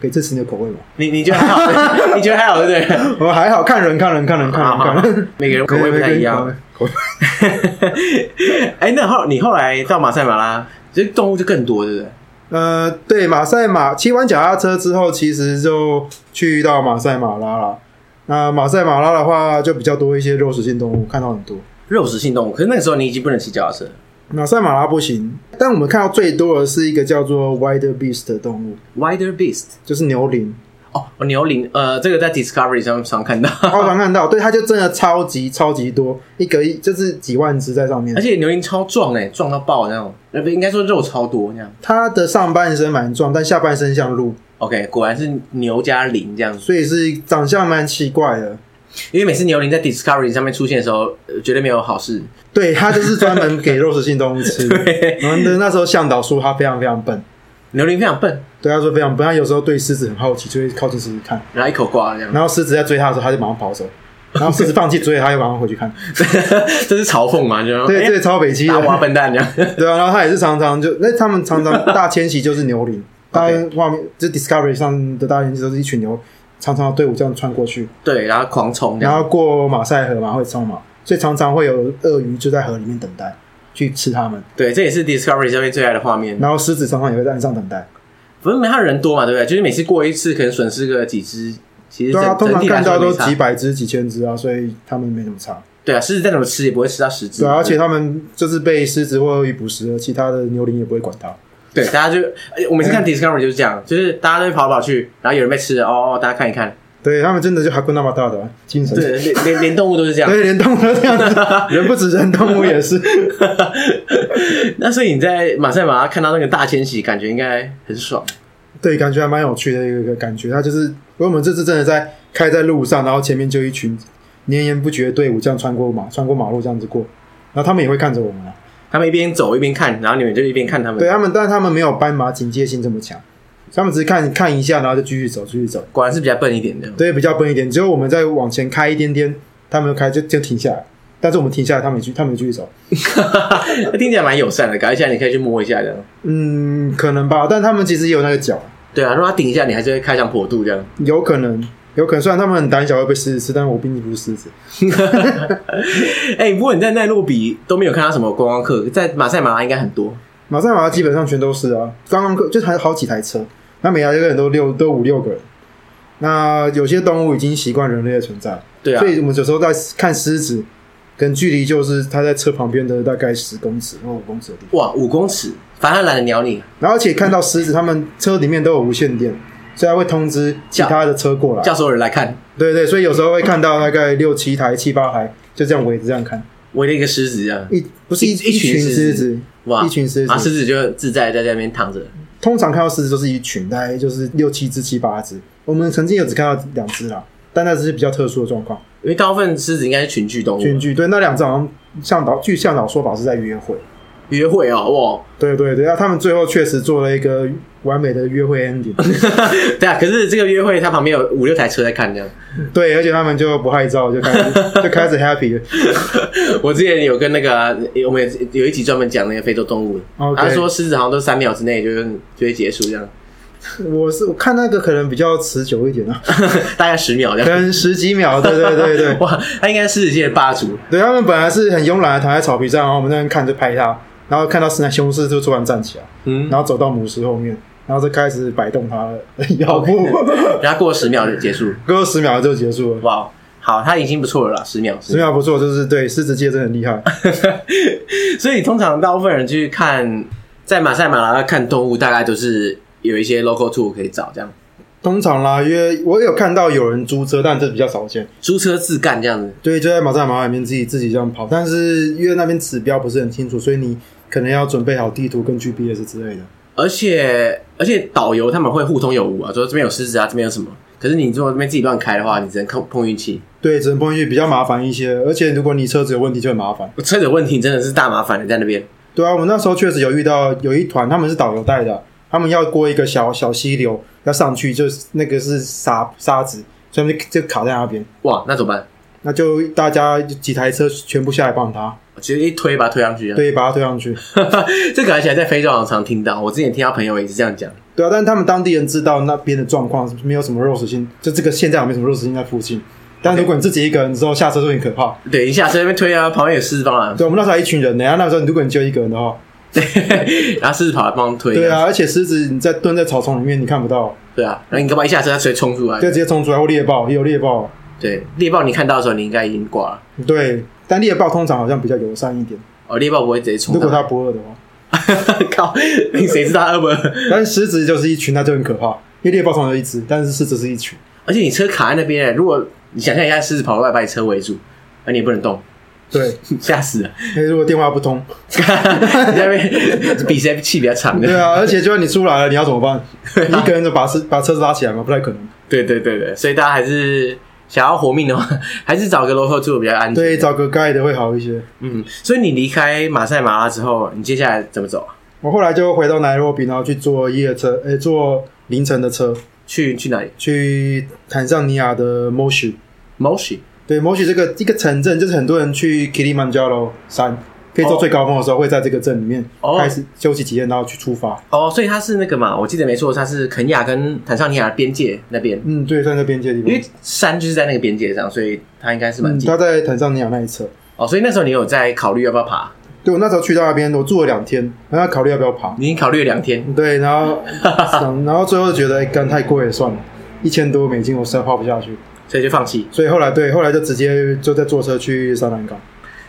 [SPEAKER 2] 可以这是你的口味 吗？
[SPEAKER 1] 你你觉得还好？你 觉得还好对不对？
[SPEAKER 2] 我还好看人，看人，看人，看
[SPEAKER 1] 好
[SPEAKER 2] 人，
[SPEAKER 1] 好
[SPEAKER 2] 看人，，
[SPEAKER 1] 啊每个人啊口味不太一样。
[SPEAKER 2] 口味。口味
[SPEAKER 1] 哎、那后你后来到马赛马拉，其实动物就更多，对不对？
[SPEAKER 2] 呃， 对，马赛马骑完脚踏车之后，其实就去到马赛马拉了。那马赛马拉的话，就比较多一些肉食性动物，看到很多。
[SPEAKER 1] 肉食性动物，可是那个时候你已经不能骑脚踏车了。
[SPEAKER 2] 马赛马拉不行，但我们看到最多的是一个叫做 wild beast 的动物，
[SPEAKER 1] Wider Beast，
[SPEAKER 2] 就是牛羚。
[SPEAKER 1] 哦，牛羚，呃，这个在 Discovery 上常看到，
[SPEAKER 2] 超常看到，对，它就真的超级超级多，一个一就是几万只在上 面
[SPEAKER 1] 而。且牛羚超壮哎、壮到爆那种，呃，不应该说肉超多那样。
[SPEAKER 2] 它的上半身蛮壮，但下半身像鹿，
[SPEAKER 1] OK，果然是牛加羚这样子，
[SPEAKER 2] 所以是长相蛮奇怪的。
[SPEAKER 1] 因为每次牛羚在 Discovery 上面出现的时候，呃绝对没有好事。
[SPEAKER 2] 对，它就是专门给肉食性动物吃 的。然后呢，那时候向导说它非常非常笨，
[SPEAKER 1] 牛羚非常笨，
[SPEAKER 2] 对它说非常笨，它有时候对狮子很好奇，就会靠近狮子看。
[SPEAKER 1] 然后一口挂了这样，
[SPEAKER 2] 然后狮子在追它的时候，它就马上跑走。然后狮子放弃追它，又马上回去看。
[SPEAKER 1] 这是嘲讽嘛？就说
[SPEAKER 2] 对，
[SPEAKER 1] 哎
[SPEAKER 2] 这个超北极
[SPEAKER 1] 打我啊
[SPEAKER 2] 的。
[SPEAKER 1] 笨蛋这样。
[SPEAKER 2] 对啊，然后它也是常常就，那他们常常大迁徙就是牛羚，大家画面就 Discovery 上的大迁徙都是一群牛，长长的队伍这样穿过去，
[SPEAKER 1] 对，然后狂冲这
[SPEAKER 2] 然
[SPEAKER 1] 样。
[SPEAKER 2] 后过马赛河嘛，会冲嘛，所以常常会有鳄鱼就在河里面等待去吃它们，
[SPEAKER 1] 对，这也是 Discovery 上面最爱的画面。
[SPEAKER 2] 然后狮子常常也会在岸上等待。
[SPEAKER 1] 不是没他人多嘛，对不对？就是每次过一次，可能损失个几只。其实
[SPEAKER 2] 对啊，
[SPEAKER 1] 整
[SPEAKER 2] 通
[SPEAKER 1] 整
[SPEAKER 2] 常
[SPEAKER 1] 体来
[SPEAKER 2] 看
[SPEAKER 1] 说
[SPEAKER 2] 到都
[SPEAKER 1] 没差
[SPEAKER 2] 几百只、几千只啊，所以它们没什么差。
[SPEAKER 1] 对啊，狮子再怎么吃也不会吃到十只。
[SPEAKER 2] 对啊，而且它们就是被狮子或鳄鱼捕食了，其他的牛羚也不会管它。
[SPEAKER 1] 对，大家就哎我每次看 Discovery 就是这样，就是大家都会跑来跑去，然后有人被吃了，哦哦，大家看一看，
[SPEAKER 2] 对他们真的就还困那么大的啊精神。
[SPEAKER 1] 对，连连连动物都是这样。
[SPEAKER 2] 对，连动物都这样子，人不止人，动物也是。
[SPEAKER 1] 那所以你在马赛马拉看到那个大迁徙，感觉应该很爽。
[SPEAKER 2] 对，感觉还蛮有趣的一个感觉。它就是，我们这次真的在开在路上，然后前面就一群绵延不绝的队伍这样穿过马，穿过马路这样子过，然后他们也会看着我们啊。
[SPEAKER 1] 他们一边走一边看，然后你们就一边看他们
[SPEAKER 2] 对。他啊们，但他们没有斑马警戒性这么强，他们只是看看一下，然后就继续走，继续走。
[SPEAKER 1] 果然是比较笨一点的。
[SPEAKER 2] 对，比较笨一点。只有我们再往前开一点点，他们就开就就停下来，但是我们停下来，他们也继他们也继续走。
[SPEAKER 1] 那听起来蛮友善的，搞一下你可以去摸一下这样。
[SPEAKER 2] 嗯，可能吧，但他们其实也有那个脚，
[SPEAKER 1] 对啊，如果他顶一下，你还是会开膛破肚这样。
[SPEAKER 2] 有可能，有可能。虽然他们很胆小会被狮子吃，但我毕竟不是狮子。
[SPEAKER 1] 哎、不过你在奈洛比都没有看到什么观光客，在马赛马拉应该很多。
[SPEAKER 2] 马赛马拉基本上全都是啊，刚刚客就还有好几台车，那每台车人都六都五六个人。那有些动物已经习惯人类的存在，
[SPEAKER 1] 对啊
[SPEAKER 2] 所，以我们有时候在看狮子，跟距离就是它在车旁边的大概十公尺或五公尺的地方。
[SPEAKER 1] 哇，五公尺，反正他懒得鸟你，
[SPEAKER 2] 然后而且看到狮子，他们车里面都有无线电，所以它会通知其他的车过来。
[SPEAKER 1] 叫所有人来看，
[SPEAKER 2] 对对，所以有时候会看到大概六七台、七八台，就这样围着这样看，
[SPEAKER 1] 围了一个狮子这样。
[SPEAKER 2] 一不是
[SPEAKER 1] 一
[SPEAKER 2] 一
[SPEAKER 1] 一群
[SPEAKER 2] 群
[SPEAKER 1] 狮
[SPEAKER 2] 狮
[SPEAKER 1] 子
[SPEAKER 2] 子，
[SPEAKER 1] 哇，
[SPEAKER 2] 一群狮子
[SPEAKER 1] 啊，狮子就自在在那边躺着。
[SPEAKER 2] 通常看到狮子都是一群，大概就是六七只、七八只。我们曾经有只看到两只啦，但那只是比较特殊的状况。
[SPEAKER 1] 因为大部分狮子应该是群居动物，
[SPEAKER 2] 群居对，那两只好像向导据向导说法是在约会。
[SPEAKER 1] 约会哦，
[SPEAKER 2] 对对对，那他们最后确实做了一个完美的约会 ending。
[SPEAKER 1] 哇， 对啊。可是这个约会，它旁边有五六台车在看这样。
[SPEAKER 2] 对，而且他们就不害臊，就开始就开始 happy 了。
[SPEAKER 1] 我之前有跟那个、啊、我们有有一集专门讲那个非洲动物的，
[SPEAKER 2] OK
[SPEAKER 1] 他说狮子好像都三秒之内就就会结束这样，
[SPEAKER 2] 我是我看那个可能比较持久一点啊，
[SPEAKER 1] 大概十秒这
[SPEAKER 2] 可
[SPEAKER 1] 样。
[SPEAKER 2] 能十几秒。对对对对，
[SPEAKER 1] 哇，他应该是狮子界的霸主，
[SPEAKER 2] 对他们本来是很慵懒的躺在草皮上，然后我们在那边看就拍它，然后看到狮男雄狮就突然站起来，
[SPEAKER 1] 嗯，
[SPEAKER 2] 然后走到母狮后面，然后就开始摆动它的 腰部，
[SPEAKER 1] 然后过十秒就结束，
[SPEAKER 2] 过十秒就结束了。
[SPEAKER 1] 哇，好，他已经不错了啦，十秒，
[SPEAKER 2] 十秒不错，就是对狮子界真的很厉害。
[SPEAKER 1] 所以通常大部分人去看在马赛马拉看动物，大概都是有一些 local tour 可以找这样，
[SPEAKER 2] 通常啦，因为我有看到有人租车，但这比较少见。
[SPEAKER 1] 租车自干这样子。
[SPEAKER 2] 对，就在马赛马拉里面自己自己这样跑，但是因为那边指标不是很清楚，所以你可能要准备好地图跟 GPS 之类的。
[SPEAKER 1] 而且而且导游他们会互通有无啊，说这边有狮子啊，这边有什么。可是你如果这边自己乱开的话，你只能碰碰运气。
[SPEAKER 2] 对，只能碰运气，比较麻烦一些。而且如果你车子有问题，就很麻烦。
[SPEAKER 1] 车子有问题真的是大麻烦的，在那边。
[SPEAKER 2] 对啊，我们那时候确实有遇到有一团，他们是导游带的，他们要过一个小小溪流，要上去，就是那个是沙沙子，所以他们就就卡在那边。
[SPEAKER 1] 哇，那怎么办？
[SPEAKER 2] 那就大家几台车全部下来帮他，
[SPEAKER 1] 我直接一推 把它推上去这样。
[SPEAKER 2] 对，把他推上去。
[SPEAKER 1] 这个而且在非洲好像常听到，我之前听到朋友也是这样讲。
[SPEAKER 2] 对啊，但是他们当地人知道那边的状况，没有什么肉食性，就这个现在有没有什么肉食性在附近。但如果你自己一个人之后下车就很可怕。
[SPEAKER 1] 对，一下车那边推啊，旁边有狮子帮忙，
[SPEAKER 2] 对，我们那时候还一群人呢，啊然后那时候如果你就一个人的话，
[SPEAKER 1] 对， 然后狮子跑来帮忙推，
[SPEAKER 2] 对，啊，而且狮子你在蹲在草丛里面你看不到，
[SPEAKER 1] 对啊，然后你干嘛一下车它直接冲出来
[SPEAKER 2] 就？直接冲出来或猎豹，也有猎豹。
[SPEAKER 1] 对，猎豹你看到的时候你应该已经挂了，
[SPEAKER 2] 对，但猎豹通常好像比较友善一点，
[SPEAKER 1] 哦，猎豹不会直接冲
[SPEAKER 2] 如果
[SPEAKER 1] 到。
[SPEAKER 2] 它不饿的话。
[SPEAKER 1] 靠，你谁知道它饿不饿？
[SPEAKER 2] 但是狮子就是一群，它就很可怕，因为猎豹通常就一只，但是狮子是一群。
[SPEAKER 1] 而且你车卡在那边欸，如果你想象一下，狮子跑过来把你车围住，那你也不能动，
[SPEAKER 2] 对，
[SPEAKER 1] 吓死了！
[SPEAKER 2] 因为如果电话不通，
[SPEAKER 1] 你在那边比谁气比较长的。
[SPEAKER 2] 对啊，而且就算你出来了，你要怎么办？你一个人就把车把车子拉起来吗？不太可能。
[SPEAKER 1] 对对对对，所以大家还是想要活命的话， 还是找个 local tour 比较安全。
[SPEAKER 2] 对，找个盖的会好一些。
[SPEAKER 1] 嗯，所以你离开马赛马拉之后，你接下来怎么走啊？
[SPEAKER 2] 我后来就回到奈罗比，然后去坐夜车，诶、坐凌晨的车
[SPEAKER 1] 去去哪里
[SPEAKER 2] 去坦桑尼亚的 Moshi。
[SPEAKER 1] ？Moshi
[SPEAKER 2] 对，Moshi 这个一个城镇，就是很多人去 Kilimanjaro 山，可以做最高峰的时候，会在这个镇里面
[SPEAKER 1] 哦
[SPEAKER 2] 开始休息几天，然后去出发。
[SPEAKER 1] 哦，所以它是那个嘛，我记得没错，它是肯亚跟坦桑尼亚的边界那边，
[SPEAKER 2] 嗯，对，算在边界地
[SPEAKER 1] 因为
[SPEAKER 2] 方。
[SPEAKER 1] 山就是在那个边界上，所以它应该是蛮
[SPEAKER 2] 嗯，
[SPEAKER 1] 近、
[SPEAKER 2] 他在坦桑尼亚那一侧。
[SPEAKER 1] 哦。所以那时候你有在考虑要不要爬？
[SPEAKER 2] 对我那时候去到那边，我住了两天，然后考虑要不要爬。
[SPEAKER 1] 你已经考虑了两天，
[SPEAKER 2] 对，然后想，然后最后觉得哎干、太贵了，算了，一千多美金我实在花不下去，
[SPEAKER 1] 所以就放弃。
[SPEAKER 2] 所以后来对，后来就直接就在坐车去三兰港。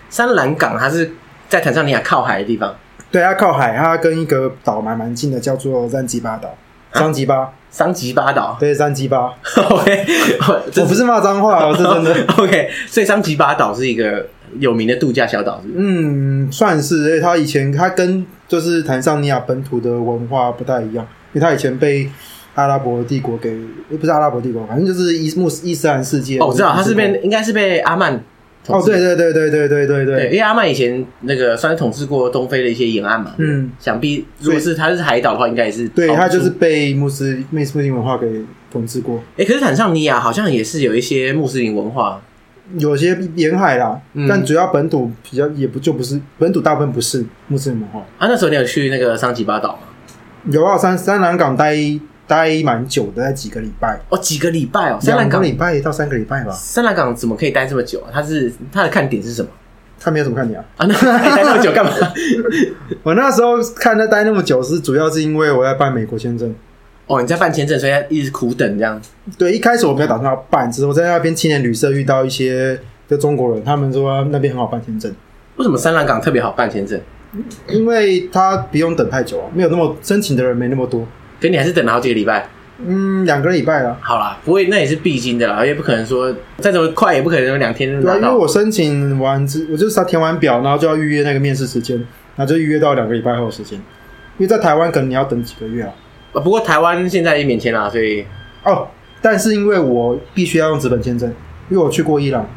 [SPEAKER 1] 三兰港它是在坦桑尼亚靠海的地方，
[SPEAKER 2] 对，它靠海，它跟一个岛蛮蛮近的，叫做zanzibar 岛。桑吉巴，
[SPEAKER 1] 桑吉巴岛。
[SPEAKER 2] 对，zanzibar，
[SPEAKER 1] OK，哦
[SPEAKER 2] 我不是骂脏话，我是真的。
[SPEAKER 1] OK，所以桑吉巴岛是一个有名的度假小岛，是不是？
[SPEAKER 2] 嗯，算是，因为它以前它跟就是坦桑尼亚本土的文化不太一样，因为它以前被阿拉伯帝国给，呃不是阿拉伯帝国，反正就是伊穆斯伊斯兰世界。
[SPEAKER 1] 哦，我知道，它是被应该是被阿曼统
[SPEAKER 2] 哦，
[SPEAKER 1] 治
[SPEAKER 2] 对对对对对对对
[SPEAKER 1] 对，因为阿曼以前那个算是统治过东非的一些沿岸嘛，
[SPEAKER 2] 嗯，
[SPEAKER 1] 想必如果是它是海岛的话，应该也是
[SPEAKER 2] 对，
[SPEAKER 1] 保不
[SPEAKER 2] 他就
[SPEAKER 1] 住
[SPEAKER 2] 是被穆斯穆斯林文化给统治过，
[SPEAKER 1] 哎，可是坦桑尼亚好像也是有一些穆斯林文化，
[SPEAKER 2] 有些沿海啦，
[SPEAKER 1] 嗯
[SPEAKER 2] 但主要本土比较也不就不是本土，大部分不是穆斯林文化。
[SPEAKER 1] 啊，那时候你有去那个桑吉巴岛吗？
[SPEAKER 2] 有啊，三三兰港待待蛮久的，待几个礼拜，
[SPEAKER 1] 哦，几个礼拜哦，三兰
[SPEAKER 2] 两个
[SPEAKER 1] 港，
[SPEAKER 2] 礼拜到三个礼拜吧。
[SPEAKER 1] 三兰港怎么可以待这么久啊？它是它的看点是什么
[SPEAKER 2] 他没有怎么看你啊？
[SPEAKER 1] 啊？那 待那么久干嘛？
[SPEAKER 2] 我那时候看他待那么久是主要是因为我在办美国签证。
[SPEAKER 1] 哦，你在办签证，所以要一直苦等这样。
[SPEAKER 2] 对，一开始我没有打算要办，只是我在那边青年旅社遇到一些的中国人，他们说那边很好办签证，
[SPEAKER 1] 为什么三兰港特别好办签证？
[SPEAKER 2] 因为他不用等太久啊，没有那么申请的人没那么多。
[SPEAKER 1] 可你还是等了好几个礼拜。
[SPEAKER 2] 嗯，两个礼拜啦。
[SPEAKER 1] 好啦，不会，那也是必经的啦，也不可能说再怎么快，也不可能说两天就
[SPEAKER 2] 对啊，
[SPEAKER 1] 拿
[SPEAKER 2] 因为
[SPEAKER 1] 到。
[SPEAKER 2] 我申请完之，我就是填完表，然后就要预约那个面试时间，然后就预约到两个礼拜后的时间。因为在台湾可能你要等几个月啊。
[SPEAKER 1] 啊不过台湾现在也免签啦，所以
[SPEAKER 2] 哦，但是因为我必须要用纸本签证，因为我去过伊朗。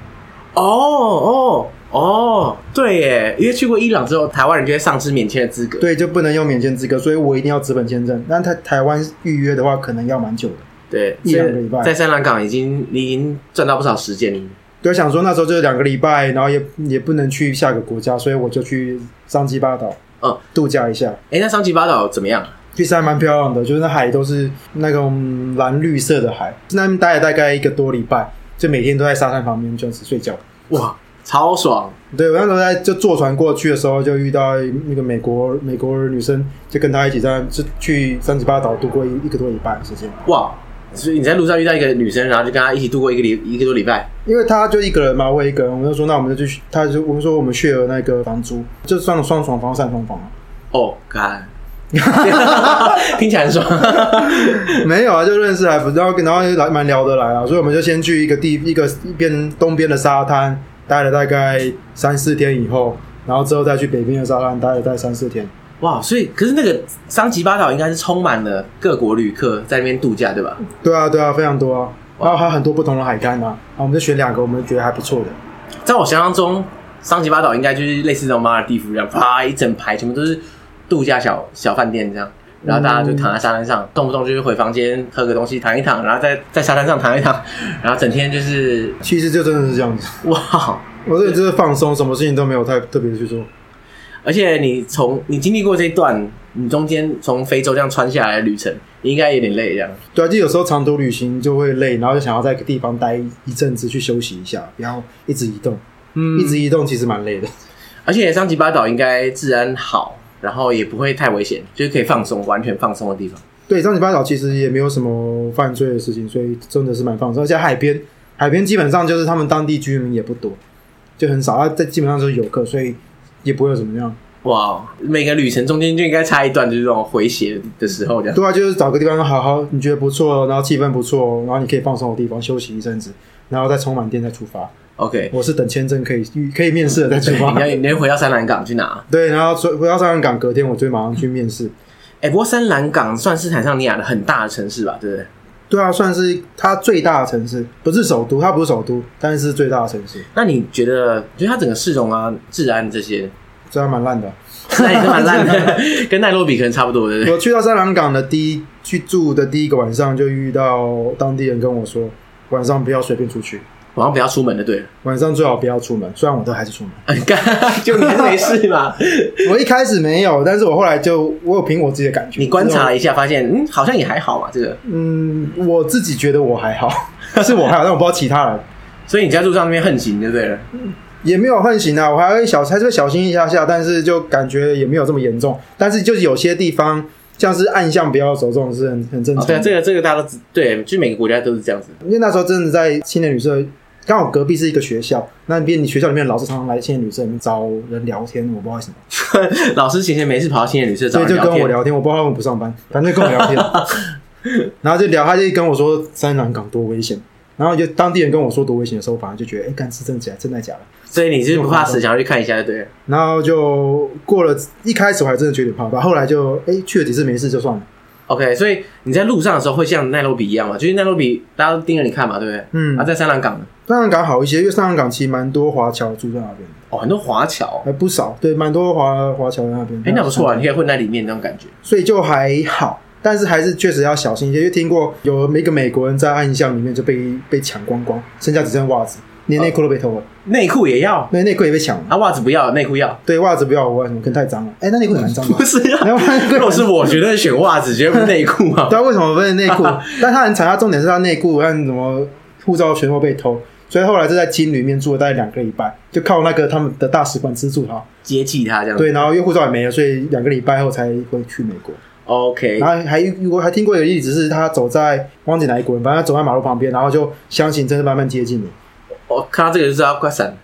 [SPEAKER 1] 哦哦哦，对耶，因为去过伊朗之后，台湾人就会丧失免签的资格。
[SPEAKER 2] 对，就不能用免签资格，所以我一定要纸本签证。但台台湾预约的话，可能要蛮久的。
[SPEAKER 1] 对，
[SPEAKER 2] 一
[SPEAKER 1] 所以
[SPEAKER 2] 两个礼拜
[SPEAKER 1] 在三兰港已经你已经赚到不少时间了。
[SPEAKER 2] 对，想说那时候就是两个礼拜，然后也也不能去下个国家，所以我就去桑基巴岛，
[SPEAKER 1] 嗯，
[SPEAKER 2] 度假一下。
[SPEAKER 1] 哎，那桑吉巴岛怎么样？
[SPEAKER 2] 其实还蛮漂亮的，就是那海都是那种蓝绿色的海。在那边待了大概一个多礼拜，就每天都在沙滩旁边这样子睡觉。
[SPEAKER 1] 哇，超爽！
[SPEAKER 2] 对我那时候在就坐船过去的时候，就遇到那个美国美国女生，就跟她一起在就去三十八岛度过一一个多礼拜的时间。
[SPEAKER 1] 哇，所以你在路上遇到一个女生，然后就跟她一起度过一个礼一个多礼拜。
[SPEAKER 2] 因为她就一个人嘛，我也一个人，我就说那我们就去，她就我们说我们 share 那个房租，就算双床房、三床房啊。
[SPEAKER 1] 哦，干，听起来很爽。
[SPEAKER 2] 没有啊，就认识还不，然后然后也来蛮聊得来啊，所以我们就先去一个地一个一边东边的沙滩待了大概三四天以后，然后之后再去北边的沙滩待了大概三四天。
[SPEAKER 1] 哇，所以可是那个桑吉巴岛应该是充满了各国旅客在那边度假，对吧？
[SPEAKER 2] 对啊，对啊，非常多啊，然后还有很多不同的海滩啊，然后我们就选两个我们觉得还不错的。
[SPEAKER 1] 在我想象中，桑吉巴岛应该就是类似那种马尔地夫一样，啪一整排全部都是度假小小饭店这样，然后大家就躺在沙滩上，动不动就是回房间喝个东西躺一躺，然后在在沙滩上躺一躺，然后整天就是
[SPEAKER 2] 其实就真的是这样子，
[SPEAKER 1] 哇。
[SPEAKER 2] 我这里就是放松，什么事情都没有太特别去做。
[SPEAKER 1] 而且你从你经历过这一段，你中间从非洲这样穿下来的旅程，你应该有点累这样。
[SPEAKER 2] 对啊，就有时候长途旅行就会累，然后就想要在一个地方待一阵子去休息一下，不要一直移动，
[SPEAKER 1] 嗯
[SPEAKER 2] 一直移动其实蛮累的。
[SPEAKER 1] 而且桑吉巴岛应该治安好，然后也不会太危险，就是可以放松，完全放松的地方。
[SPEAKER 2] 对，张吉巴岛其实也没有什么犯罪的事情，所以真的是蛮放松。而且海边，海边基本上就是他们当地居民也不多，就很少，啊，在基本上就是游客，所以也不会有怎么样。
[SPEAKER 1] 哇，每个旅程中间就应该插一段，就是这种回血的时候这样。
[SPEAKER 2] 对啊，就是找个地方好好，你觉得不错，然后气氛不错，然后你可以放松的地方休息一阵子，然后再充满电再出发。
[SPEAKER 1] OK，
[SPEAKER 2] 我是等签证可以可以面试了再 出
[SPEAKER 1] 你
[SPEAKER 2] 发
[SPEAKER 1] 要。你要回到三兰港去拿。
[SPEAKER 2] 对，然后所以回到上岸港，隔天我就马上去面试。
[SPEAKER 1] 哎、不过三兰港算是坦桑尼亚的很大的城市吧，对不对？
[SPEAKER 2] 对啊，算是它最大的城市，不是首都，它不是首都，但是是最大的城市，
[SPEAKER 1] 那你觉得，觉得它整个市容啊、治安这些，
[SPEAKER 2] 虽然蛮烂的。
[SPEAKER 1] 那也是蛮烂 的，跟奈洛比可能差不多，对不对？
[SPEAKER 2] 我去到三郎港的第一去住的第一个晚上，就遇到当地人跟我说，晚上不要随便出去，
[SPEAKER 1] 晚上不要出门就对 了。
[SPEAKER 2] 晚上最好不要出门。虽然我都还是 出门，
[SPEAKER 1] 啊你干，就你还是没事 嘛？
[SPEAKER 2] 我一开始没有，但是我后来就我有凭我自己的感觉，
[SPEAKER 1] 你观察了一下，发现嗯，好像也还好嘛，这个。
[SPEAKER 2] 嗯，我自己觉得我还好， 是我还好，但我不知道其他人
[SPEAKER 1] 所以你家住上那边横行就对了。
[SPEAKER 2] 也没有横行啊，我还会小还是会小心一下下，但是就感觉也没有这么严重。但是就是有些地方，像是暗巷不要走这种是很很正
[SPEAKER 1] 哦
[SPEAKER 2] 常，
[SPEAKER 1] 对
[SPEAKER 2] 的。
[SPEAKER 1] 啊，这个这个大家都知，对，就每个国家都是这样子。
[SPEAKER 2] 因为那时候真的在青年旅社，刚好隔壁是一个学校，那边你学校里面的老师常常来青年旅社里面找人聊天，我不知道为什么，
[SPEAKER 1] 老师闲闲没事跑到青年旅社找
[SPEAKER 2] 所以
[SPEAKER 1] 人
[SPEAKER 2] 就
[SPEAKER 1] 聊
[SPEAKER 2] 跟我
[SPEAKER 1] 天，
[SPEAKER 2] 聊天，我不知道他们不上班，反正就跟我聊 天，然后就聊，他就跟我说三南港多危险，然后就当地人跟我说多危险的时候，我反而就觉得，哎、干是真的假的，真的假的？
[SPEAKER 1] 所以你是不怕死，想要去看一下就对了。
[SPEAKER 2] 然后就过了，一开始我还真的觉得有点怕怕，后来就哎、去了几次没事就算了，
[SPEAKER 1] OK，所以你在路上的时候会像奈洛比一样嘛？就是奈洛比大家都盯着你看嘛，对不对？
[SPEAKER 2] 嗯
[SPEAKER 1] 啊，在三兰港呢，
[SPEAKER 2] 三南港好一些，因为三南港其实蛮多华侨住在那边，
[SPEAKER 1] 哦，很多华侨，
[SPEAKER 2] 还不少，对，蛮多华华侨在那边，
[SPEAKER 1] 哎、那不错啊，你可以混在里面那种感觉。
[SPEAKER 2] 所以就还好，啊但是还是确实要小心一些，因为听过有一个美国人在暗巷里面就被被抢光光，剩下只剩袜子，连内裤都被偷了，
[SPEAKER 1] 内裤也要，
[SPEAKER 2] 那内裤也被抢了。
[SPEAKER 1] 啊，袜子不要，内裤 要。
[SPEAKER 2] 对，袜子不要我为什么？可能太脏了。哎、那内裤也蛮脏的
[SPEAKER 1] 不。是啊，
[SPEAKER 2] 没有
[SPEAKER 1] 如果是我，绝对选袜子，绝对不是内裤啊。
[SPEAKER 2] 对啊，为什么被内裤？但他很惨，他重点是他内裤和什么护照全部被偷，所以后来就在金里面住了大概两个礼拜，就靠那个他们的大使馆资助他。
[SPEAKER 1] 接济他这样。
[SPEAKER 2] 对，然后因为护照也没了，所以两个礼拜后才会去美国。
[SPEAKER 1] ，OK，
[SPEAKER 2] 然后还遇过，还听过一个例子是，他走在忘记哪一国人，反正他走在马路旁边，然后就相信真的慢慢接近你。
[SPEAKER 1] 我哦看到这个就知道快闪。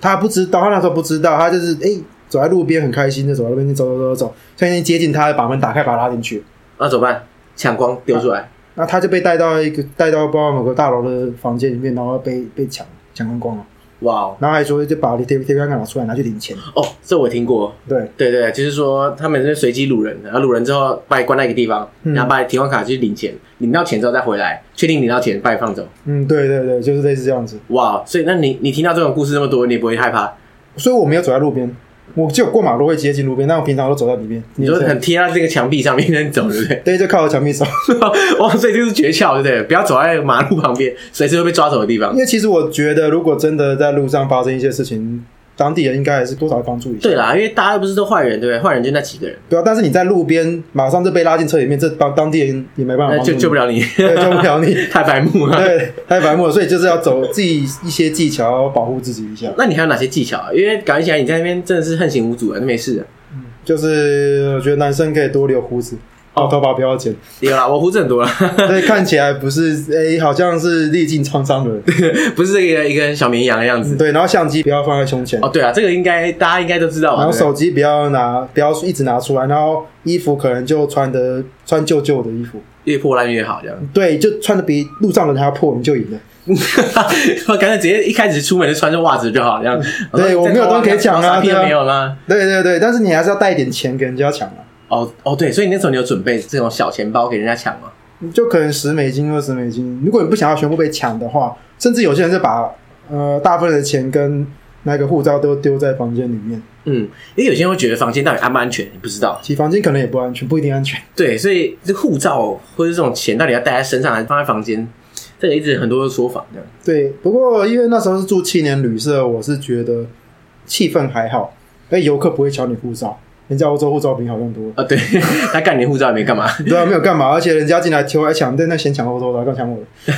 [SPEAKER 2] 他不知道，他那时候不知道，他就是哎、走在路边很开心的走在路边走走走走走，突然间接近他，把门打开，把他拉进去，
[SPEAKER 1] 那怎么办？抢光丢出来，
[SPEAKER 2] 那他就被带到一个带到不知道某个大楼的房间里面，然后被被抢抢光光了，
[SPEAKER 1] 哇哦！
[SPEAKER 2] 然后还说就把贴贴标杆拿出来拿去领钱，
[SPEAKER 1] 哦，这我听过。
[SPEAKER 2] 对，
[SPEAKER 1] 对对，就是说他们是随机掳人，然后掳人之后把你关在一个地方，
[SPEAKER 2] 嗯
[SPEAKER 1] 然后把你提款卡去领钱，领到钱之后再回来，确定领到钱把你放走。
[SPEAKER 2] 嗯，对对对，就是类似这样子，
[SPEAKER 1] 哇，所以那你你听到这种故事那么多，你也不会害怕？
[SPEAKER 2] 所以我没有走在路边，我只有过马路会接近路边，但我平常都走在里面，
[SPEAKER 1] 你说很贴到这个墙壁上面那走，对不 对？
[SPEAKER 2] 对，就靠着墙壁走。
[SPEAKER 1] 哇，所以这是诀窍，对不对？不要走在马路旁边，随时会被抓走的地方
[SPEAKER 2] 因。为其实我觉得，如果真的在路上发生一些事情，当地人应该还是多少会帮助一下。
[SPEAKER 1] 对啦，因为大家又不是都坏人，对不对？坏人就那几个人，
[SPEAKER 2] 对啊，但是你在路边马上就被拉进车里面，这当当地人也没办法
[SPEAKER 1] 那
[SPEAKER 2] 帮助
[SPEAKER 1] 救
[SPEAKER 2] 你，
[SPEAKER 1] 救不了你，
[SPEAKER 2] 啊对，救不了你。
[SPEAKER 1] 太白目了。
[SPEAKER 2] 对，太白目了，所以就是要走自己一些技巧，保护自己一下。
[SPEAKER 1] 那你还有哪些技巧啊？因为感觉起来你在那边真的是横行无阻啊，那没事的。
[SPEAKER 2] 就是我觉得男生可以多留胡子，
[SPEAKER 1] 哦
[SPEAKER 2] 哦，头发不要剪，
[SPEAKER 1] 有啦，我 胡子很多了，
[SPEAKER 2] 所以看起来不是诶、好像是历尽沧 桑的人。
[SPEAKER 1] 不是一个一个小绵羊的样子。
[SPEAKER 2] 对，然后相机不要放在胸前
[SPEAKER 1] 哦，，对啊，这个应该大家应该都知道吧？
[SPEAKER 2] 然后
[SPEAKER 1] 对
[SPEAKER 2] 手机不要拿，不要一直拿出来，然后衣服可能就穿的穿旧旧的衣服。
[SPEAKER 1] 越破烂越好，这样。
[SPEAKER 2] 对，就穿的比路上的人还要破，你就赢了。
[SPEAKER 1] 我干脆直接一开始出门就穿着袜子就好，这样。
[SPEAKER 2] 对我没有东西可以抢啊
[SPEAKER 1] 傻逼
[SPEAKER 2] 对啊
[SPEAKER 1] 没有啦。
[SPEAKER 2] 对对对，但是你还是要带一点钱给人家抢啊，
[SPEAKER 1] 哦哦，对，所以你那时候你有准备这种小钱包给人家抢吗？
[SPEAKER 2] 你就可能十美金、二十美金。如果你不想要全部被抢的话，甚至有些人是把呃大部分的钱跟那个护照都丢在房间里面，
[SPEAKER 1] 嗯，因为有些人会觉得房间到底安不安全，你不知道。
[SPEAKER 2] 其实房间可能也不安全，不一定安 全。
[SPEAKER 1] 对，所以这护照或者这种钱到底要带在身上还是放在房间，这个一直很多的说法这样。
[SPEAKER 2] 对，不过因为那时候是住青年旅社，我是觉得气氛还好，哎，游客不会抢你护照，人家欧洲护照比你好用多了。
[SPEAKER 1] 啊，对 他干你护照也没干嘛，
[SPEAKER 2] 对啊，没有干嘛，而且人家进来挑还抢，但那先抢欧洲的，更抢我的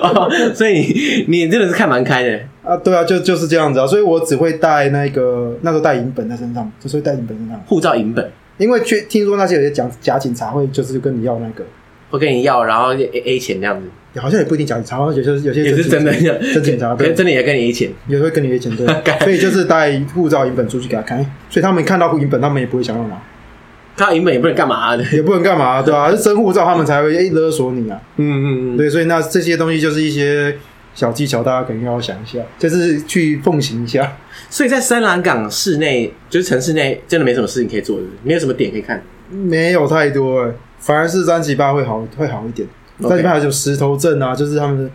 [SPEAKER 1] 哦所以你真的是看蛮开的。
[SPEAKER 2] 啊！对啊，就就是这样子啊，所以我只会带那个那时候带银本在身上，就是会带银本身上，
[SPEAKER 1] 护照影本，
[SPEAKER 2] 因为去听说那些有些假假警察会就是跟你要那个，
[SPEAKER 1] 会跟你要，然后 A A 钱这样子，
[SPEAKER 2] 也好像也不一定假警察，好像有些有些
[SPEAKER 1] 也是真的，
[SPEAKER 2] 真警察，
[SPEAKER 1] 可
[SPEAKER 2] 对
[SPEAKER 1] 是，真的也跟你 A 钱。
[SPEAKER 2] 也会跟你借 钱，对，所以就是带护照、银本出去给他看，哎所以他们看到银本，他们也不会 想要拿，
[SPEAKER 1] 他影本也不能干嘛的。
[SPEAKER 2] 也不能干嘛，啊对 吧、是真护照，他们才会哎勒索你啊，
[SPEAKER 1] 嗯嗯嗯，
[SPEAKER 2] 对，所以那这些东西就是一些小技巧，大家肯定要想一下，就是去奉行一下。
[SPEAKER 1] 所以在深蓝港市内，就是城市内，真的没什么事情可以做的，没有什么点可以看。
[SPEAKER 2] 没有太多、欸，反而是三级八会好会好一点。
[SPEAKER 1] OK
[SPEAKER 2] 三级八还有石头镇啊，就是他们的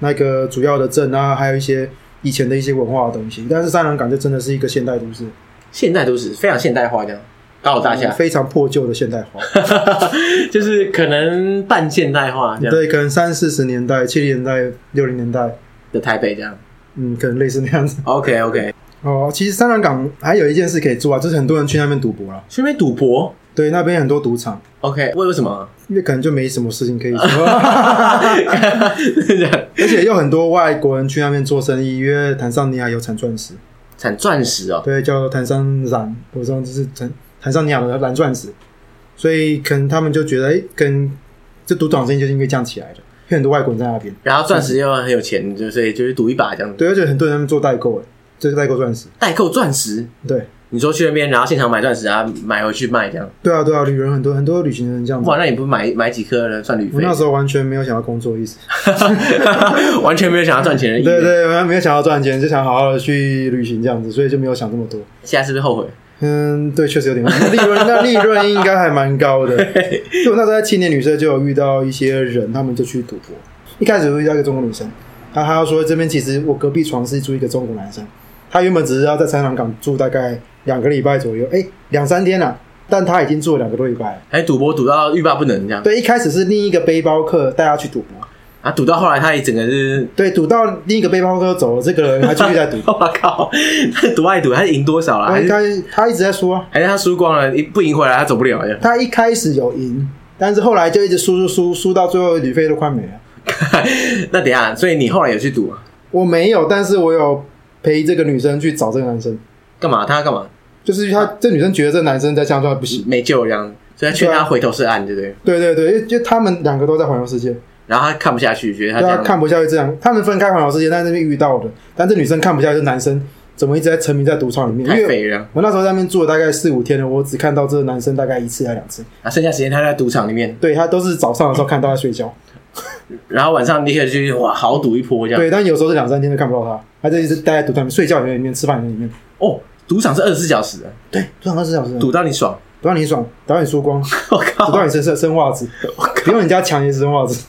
[SPEAKER 2] 那个主要的镇啊，还有一些以前的一些文化的东西。但是三郎港就真的是一个现代都市，
[SPEAKER 1] 现代都市非常现代化，这样高楼大厦，
[SPEAKER 2] 非常破旧的现代化。
[SPEAKER 1] 就是可能半现代化这样
[SPEAKER 2] 对，可能三四十年代、七零年代、六零年代，
[SPEAKER 1] 的台北这样。
[SPEAKER 2] 嗯，可能类似那样子。
[SPEAKER 1] OK OK，
[SPEAKER 2] 哦，其实三郎港还有一件事可以做啊，就是很多人去那边赌博啊。
[SPEAKER 1] 顺便赌博。
[SPEAKER 2] 对，那边很多赌场，
[SPEAKER 1] OK，为为什么？
[SPEAKER 2] 因为可能就没什么事情可以 做。
[SPEAKER 1] 这样
[SPEAKER 2] 而且有很多外国人去那边做生意，因为坦桑尼亚有产钻石，
[SPEAKER 1] 产钻石哦，
[SPEAKER 2] 对，叫坦桑染，我知道就是坦坦桑尼亚的蓝钻石，所以可能他们就觉得，哎、跟这赌场生意就是因为这样起来的，因为很多外国人在那边，
[SPEAKER 1] 然后钻石又很有钱，就所以就是赌一把这样子。
[SPEAKER 2] 对，而且很多人在那边做代购，哎，就是代购钻石，
[SPEAKER 1] 代购钻石，
[SPEAKER 2] 对，
[SPEAKER 1] 你说去那边，然后现场买钻石啊，买回去卖这样。
[SPEAKER 2] 对啊，对啊，旅人很多，很多旅行人这样子
[SPEAKER 1] 哇，。那你不买买几颗呢？算旅
[SPEAKER 2] 我
[SPEAKER 1] 费
[SPEAKER 2] 那？时候完全没有想要工作的意思，
[SPEAKER 1] 完全没有想要赚钱的意
[SPEAKER 2] 对
[SPEAKER 1] 思。
[SPEAKER 2] 对，没有想要赚钱，就想好好的去旅行这样子，所以就没有想这么多。
[SPEAKER 1] 现在是不是后悔？
[SPEAKER 2] 嗯，对，确实有点问题。利润那利润应该还蛮 高的，因为我那时候在青年旅社就有遇到一些人，他们就去赌博。一开始我遇到一个中国女生，她她说这边其实我隔壁床是住一个中国男生，他原本只是要在三郎港住大概两个礼拜左右，哎，两三天啊，但他已经住了两个多礼拜了。
[SPEAKER 1] 还赌博赌到欲罢不能这样
[SPEAKER 2] 对，一开始是另一个背包客带他去赌博，
[SPEAKER 1] 啊，赌到后来他也整个是，。
[SPEAKER 2] 对，赌到另一个背包客走了，这个人还继续在赌
[SPEAKER 1] 我靠，他赌爱赌，他赢多少了？啊还
[SPEAKER 2] 他
[SPEAKER 1] 是
[SPEAKER 2] 他他一直在说、啊，
[SPEAKER 1] 还是他输光了，一不赢回来他走不了这样。
[SPEAKER 2] 他一开始有赢，但是后来就一直输输输输到最后旅费都快没了。
[SPEAKER 1] 那等一下，所以你后来有去赌吗？
[SPEAKER 2] 我没有，但是我有陪这个女生去找这个男生，
[SPEAKER 1] 干嘛？他干嘛？
[SPEAKER 2] 就是她这女生觉得这男生在乡下不行。
[SPEAKER 1] 没救了这样，所以他劝
[SPEAKER 2] 对
[SPEAKER 1] 他
[SPEAKER 2] 啊
[SPEAKER 1] 回头是岸，对不对？
[SPEAKER 2] 对对对，因为就他们两个都在环游世界，
[SPEAKER 1] 然后他看不下去，觉得他
[SPEAKER 2] 对
[SPEAKER 1] 这
[SPEAKER 2] 他
[SPEAKER 1] 样
[SPEAKER 2] 看不下去这样，他们分开环游世界，但是那边遇到的，但这女生看不下去，这男生怎么一直在沉迷在赌场里面？
[SPEAKER 1] 太
[SPEAKER 2] 因为
[SPEAKER 1] 肥了，
[SPEAKER 2] 我那时候在那边住了大概四五天了，我只看到这个男生大概一次还两次，
[SPEAKER 1] 啊，剩下时间他在赌场里面，
[SPEAKER 2] 对他都是早上的时候看到他睡觉，
[SPEAKER 1] 然后晚上立刻去哇豪赌一波这样。
[SPEAKER 2] 对，但有时候是两三天都看不到他，他就一直待在赌场里面睡觉里面、吃饭里面，
[SPEAKER 1] 哦，赌场是二十四小时的，
[SPEAKER 2] 对，赌场二十四小时，赌
[SPEAKER 1] 赌到你爽。
[SPEAKER 2] 赌到你爽，赌到你输光，
[SPEAKER 1] 我
[SPEAKER 2] 赌
[SPEAKER 1] 靠，
[SPEAKER 2] 到你身上生 袜子，不用人家抢也是生袜子。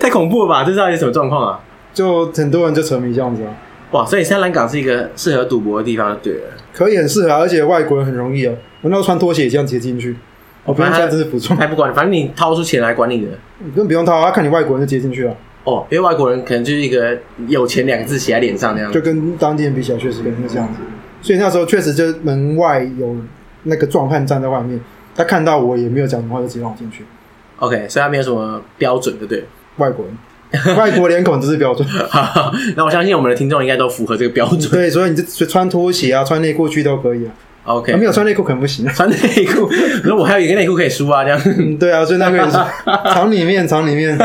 [SPEAKER 1] 太恐怖了吧？这到底是什么状况啊？
[SPEAKER 2] 就很多人就沉迷这样子啊，
[SPEAKER 1] 哇，所以三兰港是一个适合赌博的地方，就对了。
[SPEAKER 2] 可以很适合啊，而且外国人很容易啊。我那时候穿拖鞋也这样直接进去，我
[SPEAKER 1] 哦
[SPEAKER 2] 哦不用穿这是 服装，
[SPEAKER 1] 还不管，反正你掏出钱来管你的。
[SPEAKER 2] 根本不用套啊，他看你外国人就直接进去啊了，
[SPEAKER 1] 哦，因为外国人可能就是一个有钱两个字写在脸上那样
[SPEAKER 2] 就。跟当地人比起来，确实跟是这样子。所以那时候确实就门外有那个壮汉站在外面，他看到我也没有讲什么话，就直接让我进去。
[SPEAKER 1] OK，所以他没有什么标准，对不对？
[SPEAKER 2] 外国人，外国脸孔这是标准，
[SPEAKER 1] 好 那我相信我们的听众应该都符合这个标准。
[SPEAKER 2] 对，所以你就穿拖鞋啊，穿内裤去都可以啊，
[SPEAKER 1] OK，嗯
[SPEAKER 2] 啊没有穿内裤可能不行啊。
[SPEAKER 1] 穿内裤，我说我还有一个内裤可以输啊，这样。
[SPEAKER 2] 嗯，对啊，所以那个 也是厂里面，厂里面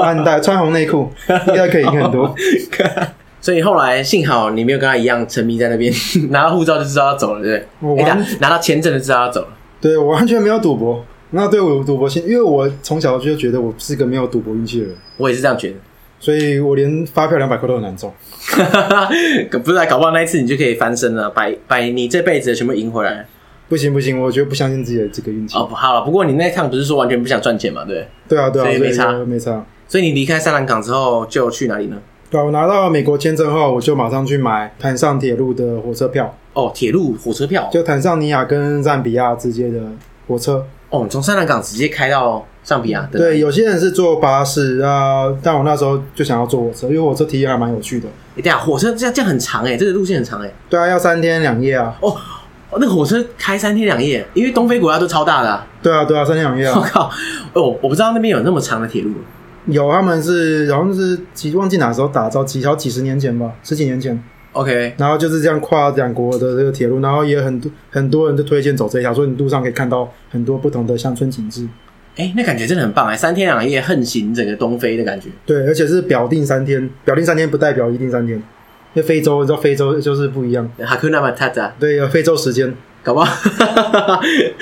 [SPEAKER 2] 暗带穿红内裤，应该可以赢 很多。
[SPEAKER 1] 哦所以后来幸好你没有跟他一样沉迷在那边， 拿到护照就知道要走了，对不
[SPEAKER 2] 我
[SPEAKER 1] 对？哎
[SPEAKER 2] 完
[SPEAKER 1] 拿拿到签证就知道要走了。
[SPEAKER 2] 对我完全没有赌博，那对我有赌博心，因为我从小就觉得我是个没有赌博运气的人，
[SPEAKER 1] 我也是这样觉得。
[SPEAKER 2] 所以我连发票两百块都很难中。
[SPEAKER 1] 不是啊，搞不好那一次你就可以翻身了，把把你这辈子的全部赢回来。
[SPEAKER 2] 不行不行，我觉得不相信自己的这个运气。
[SPEAKER 1] 哦，不好了，不过你那趟不是说完全不想赚钱嘛，对不对？
[SPEAKER 2] 对啊对啊，
[SPEAKER 1] 所以没差
[SPEAKER 2] 就没差。
[SPEAKER 1] 所以你离开三兰港之后就去哪里呢？
[SPEAKER 2] 对啊、我拿到美国签证后，我就马上去买坦上铁路的火车票，
[SPEAKER 1] 哦，铁路火车票。
[SPEAKER 2] 就坦桑尼亚跟赞比亚之间的火车。
[SPEAKER 1] 哦，你从三兰港直接开到上比亚，对吧
[SPEAKER 2] 对，有些人是坐巴士啊，但我那时候就想要坐火车，因为火车体验还蛮有趣的。
[SPEAKER 1] 欸诶等一下火车这样这样很长哎、这个路线很长哎、
[SPEAKER 2] 对啊，要三天两夜啊。
[SPEAKER 1] 哦，哦那个火车开三天两夜，因为东非国家都超大的啊、
[SPEAKER 2] 对啊，对啊，三天两夜
[SPEAKER 1] 我
[SPEAKER 2] 啊，
[SPEAKER 1] 靠！哦，我不知道那边有那么长的铁路，
[SPEAKER 2] 有他们是好像是几忘记哪时候打造，几好几十年前吧，十几年前，
[SPEAKER 1] OK，
[SPEAKER 2] 然后就是这样跨两国的这个铁路，然后也很多很多人就推荐走这一条，所以你路上可以看到很多不同的乡村景致。
[SPEAKER 1] 哎、那感觉真的很棒哎、三天两夜横行整个东非的感觉。
[SPEAKER 2] 对，而且是表定三天，表定三天不代表一定三天，因为非洲你知道非洲就是不一样，
[SPEAKER 1] 哈库纳马塔塔，
[SPEAKER 2] 对，有非洲时间，
[SPEAKER 1] 搞不好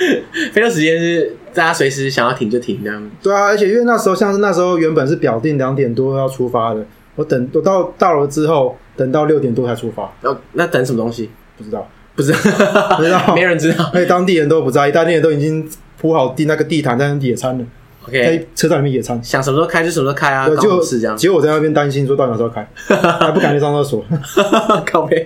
[SPEAKER 1] 非洲时间是大家随时想要停就停这样。
[SPEAKER 2] 对啊，而且因为那时候像是那时候原本是表定两点多要出发的，我等我到到了之后，等到六点多才出发，
[SPEAKER 1] 然后哦那等什么东西？
[SPEAKER 2] 不知道，
[SPEAKER 1] 不知道，
[SPEAKER 2] 不知道
[SPEAKER 1] 没人知道。
[SPEAKER 2] 而且当地人都不在意，当地人都已经铺好地那个地毯在那边野餐了，
[SPEAKER 1] OK，
[SPEAKER 2] 在车站里面野餐。
[SPEAKER 1] 想什么时候开就什么时候开啊，
[SPEAKER 2] 我
[SPEAKER 1] 刚好
[SPEAKER 2] 就是
[SPEAKER 1] 这样。
[SPEAKER 2] 结果我在那边担心说到底哪时候开，还不敢去上厕所。
[SPEAKER 1] 靠背，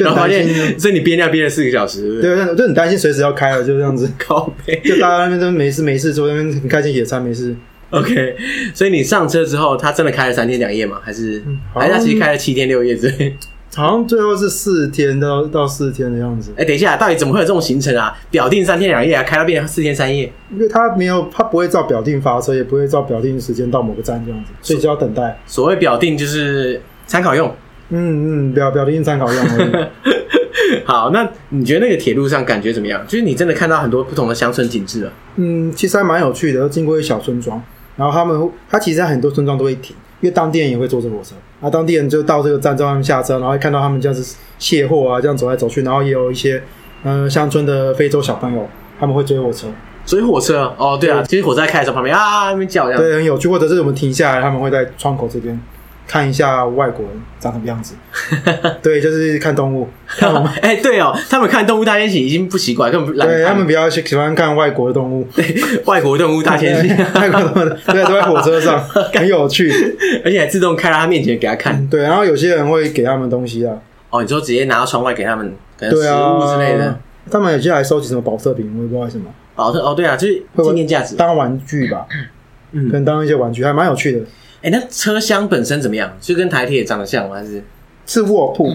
[SPEAKER 1] 然后发现，所以你憋尿憋了四个小时，对不 对？
[SPEAKER 2] 对，我就很担心随时要开了，就这 样子。
[SPEAKER 1] 靠背
[SPEAKER 2] 就大家那边都没事没事，坐在那边很开心野餐，没事。
[SPEAKER 1] ，OK。所以你上车之后，他真的开了三天两夜吗？还是
[SPEAKER 2] 嗯好
[SPEAKER 1] 还是他其实开了七天六夜之类？
[SPEAKER 2] 好像最后是四天到到四天的样子，
[SPEAKER 1] 哎，等一下，到底怎么会有这种行程啊？表定三天两夜啊，开到变成四天三夜，
[SPEAKER 2] 因为他没有他不会照表定发车，也不会照表定时间到某个站这样子，所以就要等待。
[SPEAKER 1] 所谓表定就是参考用。
[SPEAKER 2] 嗯嗯，表表定参考用 而已。
[SPEAKER 1] 好，那你觉得那个铁路上感觉怎么样？就是你真的看到很多不同的乡村景致啊了。
[SPEAKER 2] 嗯，其实还蛮有趣的，经过一小村庄，然后他们他其实很多村庄都会停，因为当地人也会坐这个火车，啊，当地人就到这个站之后，他们下车，然后会看到他们这样子卸货啊，这样走来走去，然后也有一些呃乡村的非洲小朋友，他们会追火车，
[SPEAKER 1] 所以火车哦，对啊，其实火车在开的时候旁边啊，那边叫这样。
[SPEAKER 2] 对，很有趣。或者是我们停下来，他们会在窗口这边看一下外国人长什么样子，对，就是看动物，看我们。
[SPEAKER 1] 哎、对哦，他们看《动物大迁徙》已经不奇怪，根本不懒得
[SPEAKER 2] 对他
[SPEAKER 1] 看
[SPEAKER 2] 们 比较喜喜欢看外国的动物，
[SPEAKER 1] 外国动物 大迁徙，
[SPEAKER 2] 外国动物，对，都在火 车上，很有趣。
[SPEAKER 1] 而且还自动开到他面前给他看。
[SPEAKER 2] 对，然后有些人会给他们东西啊，
[SPEAKER 1] 哦，你说直接拿到窗外给他们，可能
[SPEAKER 2] 对
[SPEAKER 1] 呃食
[SPEAKER 2] 啊
[SPEAKER 1] 物之类的。。
[SPEAKER 2] 他们有些还收集什么保特瓶，我也不知道为什么，
[SPEAKER 1] 哦，对哦，对啊，就是
[SPEAKER 2] 会
[SPEAKER 1] 纪念价值。
[SPEAKER 2] 当玩具吧，
[SPEAKER 1] 嗯
[SPEAKER 2] 可能当一些玩具，还蛮有趣的。
[SPEAKER 1] 哎、那车厢本身怎么样？就跟台铁长得像吗？还是
[SPEAKER 2] 是卧铺，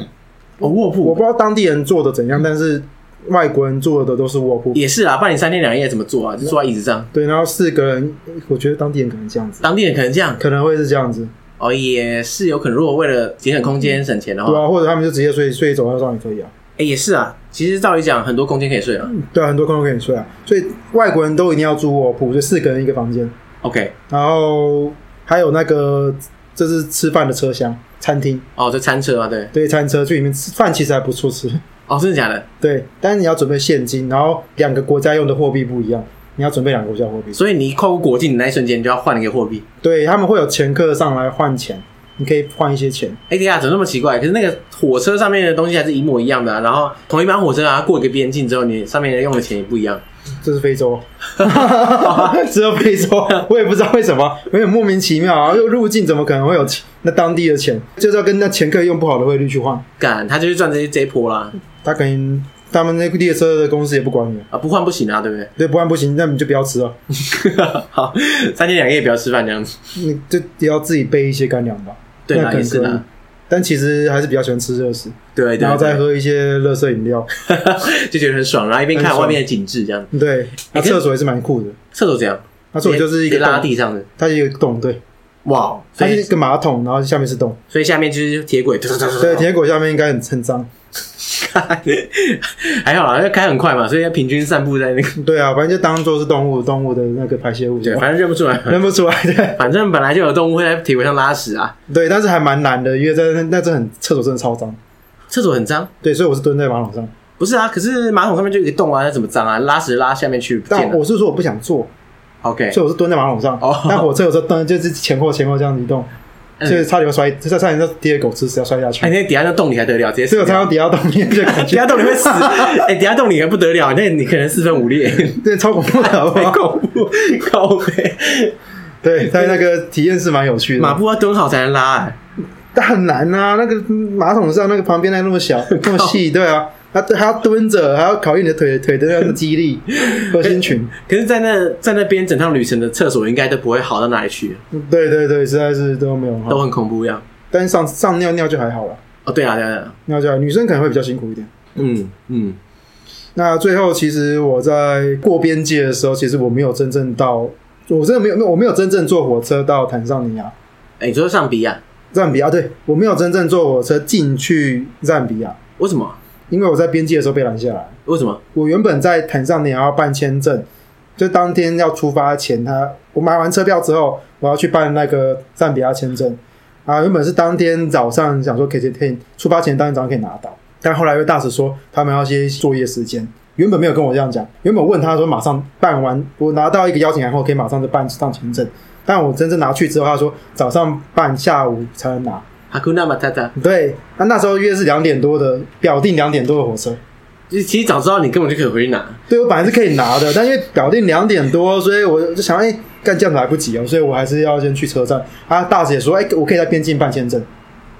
[SPEAKER 1] 哦卧
[SPEAKER 2] 我
[SPEAKER 1] 铺
[SPEAKER 2] 不知道当地人做的怎样，但是外国人做的都是卧铺。
[SPEAKER 1] 也是啊啦，不然你三天两夜怎么坐啊？就坐在椅子上，
[SPEAKER 2] 对，然后四个人，我觉得当地人可能这样子，
[SPEAKER 1] 当地人可能这样。
[SPEAKER 2] 可能会是这样子，
[SPEAKER 1] 哦，也是有可能。如果为了节省空间、省钱的
[SPEAKER 2] 对
[SPEAKER 1] 话，
[SPEAKER 2] 啊，或者他们就直接睡睡走道上也可以啊。
[SPEAKER 1] 哎、也是啊。其实照理讲，很多空间可以睡啊。
[SPEAKER 2] 对啊，很多空都可以睡啊，所以外国人都一定要住卧铺，就四个人一个房间，
[SPEAKER 1] OK，
[SPEAKER 2] 然后还有那个这是吃饭的车厢，餐厅，
[SPEAKER 1] 哦，这餐车啊，对，
[SPEAKER 2] 对，餐车去里面吃饭其实还不错吃。
[SPEAKER 1] 哦，真的假的？
[SPEAKER 2] 对，但是你要准备现金，然后两个国家用的货币不一样，你要准备两个国家货币。
[SPEAKER 1] 所以你一跨过国境的那一瞬间，你就要换一个货币。
[SPEAKER 2] 对他们会有前客上来换钱，你可以换一些钱。
[SPEAKER 1] 哎、等一下，怎么那么奇怪？可是那个火车上面的东西还是一模一样的、啊，然后同一班火车啊，过一个边境之后，你上面用的钱也不一样。
[SPEAKER 2] 这是非洲， 只有非洲，我也不知道为什么，有点莫名其妙啊！又入境怎么可能会有钱那当地的钱？就是要跟那前客用不好的汇率去换，
[SPEAKER 1] 干，他就是赚这这一波啦，
[SPEAKER 2] 他可能他们那个列车的公司也不管你，
[SPEAKER 1] 啊，不换不行啊，对不 对？
[SPEAKER 2] 对，不换不行，那你就不要吃了，
[SPEAKER 1] 好，三天两夜不要吃饭这样子。
[SPEAKER 2] 你就也要自己备一些干粮吧。
[SPEAKER 1] 对
[SPEAKER 2] 那
[SPEAKER 1] 啦，
[SPEAKER 2] 可
[SPEAKER 1] 也
[SPEAKER 2] 能
[SPEAKER 1] 是
[SPEAKER 2] 可以
[SPEAKER 1] 啦，，
[SPEAKER 2] 但其实还是比较喜欢吃热食，
[SPEAKER 1] 对对对，
[SPEAKER 2] 然后再喝一些热色饮料。
[SPEAKER 1] 就觉得很爽，然后一边
[SPEAKER 2] 很
[SPEAKER 1] 看
[SPEAKER 2] 爽
[SPEAKER 1] 外面的景致这样。
[SPEAKER 2] 对，那
[SPEAKER 1] 可是
[SPEAKER 2] 厕所也是蛮酷的，
[SPEAKER 1] 厕所怎样？
[SPEAKER 2] 那厕所就是一
[SPEAKER 1] 直
[SPEAKER 2] 个
[SPEAKER 1] 接拉
[SPEAKER 2] 洞，
[SPEAKER 1] 地上的，
[SPEAKER 2] 它有一个洞，对，
[SPEAKER 1] 哇！所
[SPEAKER 2] 它是
[SPEAKER 1] 以
[SPEAKER 2] 一个马桶，然后下面是洞。
[SPEAKER 1] 所以下面就是铁轨，
[SPEAKER 2] 对，铁轨下面应该很很脏。
[SPEAKER 1] 还好啦，因为开很快嘛，所以要平均散步在那个，
[SPEAKER 2] 对啊，反正就当做是动物动物的那个排泄物，
[SPEAKER 1] 对，反正认不出 来。
[SPEAKER 2] 认不出来。对，
[SPEAKER 1] 反正本来就有动物会在铁轨上拉屎啊，
[SPEAKER 2] 对，但是还蛮难的，因为在那那真的很厕所真的超脏。
[SPEAKER 1] 厕所很脏。
[SPEAKER 2] 对，所以我是蹲在马桶上，
[SPEAKER 1] 不是啊，可是马桶上面就有一个洞啊，那怎么脏啊？拉屎拉下面去不见
[SPEAKER 2] 但
[SPEAKER 1] 了。
[SPEAKER 2] 我是说我不想坐，
[SPEAKER 1] OK，
[SPEAKER 2] 所以我是蹲在马桶上
[SPEAKER 1] 哦。
[SPEAKER 2] 但火车有时候蹲就是前后前后这样移动，
[SPEAKER 1] 嗯
[SPEAKER 2] 所以差点会摔，差差点就跌狗吃屎要摔下去
[SPEAKER 1] 哎，。那底下那洞你还得了？直接
[SPEAKER 2] 所以
[SPEAKER 1] 死掉
[SPEAKER 2] 我看到底下洞面就感
[SPEAKER 1] 底
[SPEAKER 2] 觉
[SPEAKER 1] 下洞你会死，哎，底下洞你还不得了，那你可能四分五裂，
[SPEAKER 2] 对超恐怖的，好不
[SPEAKER 1] 太
[SPEAKER 2] 好？
[SPEAKER 1] 恐怖， 靠背。
[SPEAKER 2] 对，在那个体验是蛮有趣的。
[SPEAKER 1] 马步要蹲好才能拉，哎，
[SPEAKER 2] 但很难啊，那个马桶上那个旁边那个那 么小那么细，对啊，他他要蹲着，还要考验你的腿腿的那个肌 力、核心群。
[SPEAKER 1] 可是，在那在那边整趟旅程的厕所应该都不会好到哪里去，
[SPEAKER 2] 对对对，实在是都没有
[SPEAKER 1] 都
[SPEAKER 2] 好。
[SPEAKER 1] 很恐怖一样。
[SPEAKER 2] 但是上上尿尿就还好了，
[SPEAKER 1] 哦，对啊，对啊，对啊
[SPEAKER 2] 尿就还好女生可能会比较辛苦一点。
[SPEAKER 1] 嗯嗯，
[SPEAKER 2] 那最后，其实我在过边界的时候，其实我没有真正到，我真的没有，没有我没有真正坐火车到坦桑尼亚、
[SPEAKER 1] 哎，你说上比亚，
[SPEAKER 2] 赞比亚，对我没有真正坐火车进去赞比亚，
[SPEAKER 1] 为什么？
[SPEAKER 2] 因为我在边界的时候被拦下来。
[SPEAKER 1] 为什么？
[SPEAKER 2] 我原本在坦桑尼亚要办签证，就当天要出发前，他我买完车票之后，我要去办那个赞比亚签证啊。原本是当天早上想说可以可以出发前当天早上可以拿到，但后来又大使说他们要些作业时间。原本没有跟我这样讲，原本问他说马上办完，我拿到一个邀请函后可以马上就办上签证，但我真正拿去之后，他说早上办，下午才能拿。
[SPEAKER 1] 哈库纳马塔塔，
[SPEAKER 2] 对，那那时候约是两点多的，表定两点多的火车。
[SPEAKER 1] 其其实早知道你根本就可以回去拿。
[SPEAKER 2] 对我本来是可以拿的，但因为表定两点多，所以我就想，哎、干这样子来不及哦，所以我还是要先去车站。啊，大姐说，哎、我可以在边境办签证。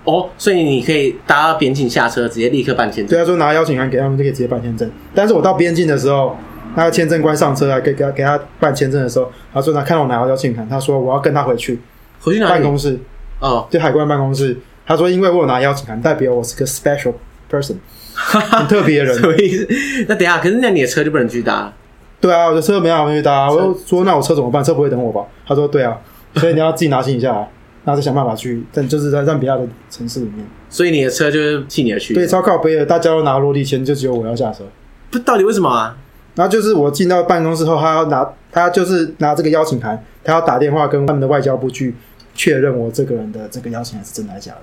[SPEAKER 1] 哦，所以你可以搭到边境下车，直接立刻办签证。
[SPEAKER 2] 对，她说拿邀请函给他们就可以直接办签证。但是我到边境的时候，那个签证官上车来给给他给他办签证的时候，他说他看到我拿到邀请函，他说我要跟他回去
[SPEAKER 1] 回去哪
[SPEAKER 2] 办
[SPEAKER 1] 里？
[SPEAKER 2] 公室，
[SPEAKER 1] 哦，
[SPEAKER 2] 就海关办公室。他说因为我有拿邀请函，代表我是个 special person，很特别的人
[SPEAKER 1] 什。么意思？那等一下，可是那你的车就不能去搭了。
[SPEAKER 2] 对啊，我的车没办法回答、我就说那我车怎么办？车不会等我吧？他说对啊，所以你要自己拿行李下来，然后再想办法去，但就是在赞比亚的城市里面，
[SPEAKER 1] 所以你的车就是弃你而去。
[SPEAKER 2] 对，，超靠背的，大家都拿落地签，就只有我要下车。
[SPEAKER 1] 不到底为什么啊？
[SPEAKER 2] 然后就是我进到办公室后，他要拿，他就是拿这个邀请函，他要打电话跟他们的外交部去确认我这个人的这个邀请函是真的还是假的。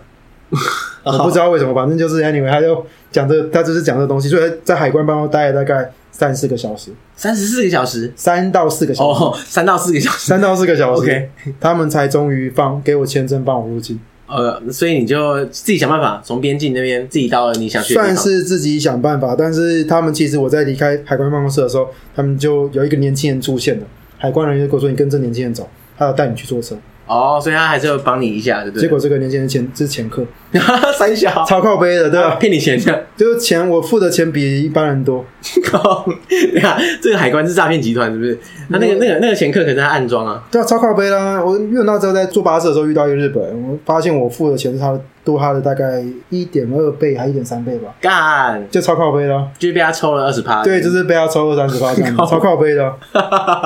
[SPEAKER 2] 我不知道为什么，反正就是 anyway，他就讲这，他就是讲这东西，所以在海关办公室待了大概三四个小时，
[SPEAKER 1] 三十四个小时
[SPEAKER 2] 三到四个小时。
[SPEAKER 1] 哦，三到四个小时。
[SPEAKER 2] 三到四个小时
[SPEAKER 1] OK
[SPEAKER 2] 他们才终于放给我签证，放我入境，
[SPEAKER 1] 呃，所以你就自己想办法从边境那边自己到了你想去的地
[SPEAKER 2] 算
[SPEAKER 1] 方。
[SPEAKER 2] 是自己想办法。但是他们其实我在离开海关办公室的时候，他们就有一个年轻人出现了，海关人员就跟我说：“你跟这年轻人走，他要带你去坐车。
[SPEAKER 1] 哦，所以他还是要帮你一下，对不对？啊
[SPEAKER 2] 结果这个年轻人前这是前客，
[SPEAKER 1] 三小，
[SPEAKER 2] 超靠背的，对吧？
[SPEAKER 1] 骗你 钱的。
[SPEAKER 2] 就是钱我付的钱比一般人多，
[SPEAKER 1] 靠！对啊，这个海关是诈骗集团，是不是？他那个、那个、那个前客可是他暗装啊。
[SPEAKER 2] 对啊，超靠背啦。我因为我那时候在坐巴士的时候遇到一个日本人，我发现我付的钱是他的多他的大概一点二倍还一点三倍吧，
[SPEAKER 1] 干，
[SPEAKER 2] 就超靠背啦。
[SPEAKER 1] 就是被他抽了二十趴。
[SPEAKER 2] 对，就是被他超过三十八这样子，超靠背的啊。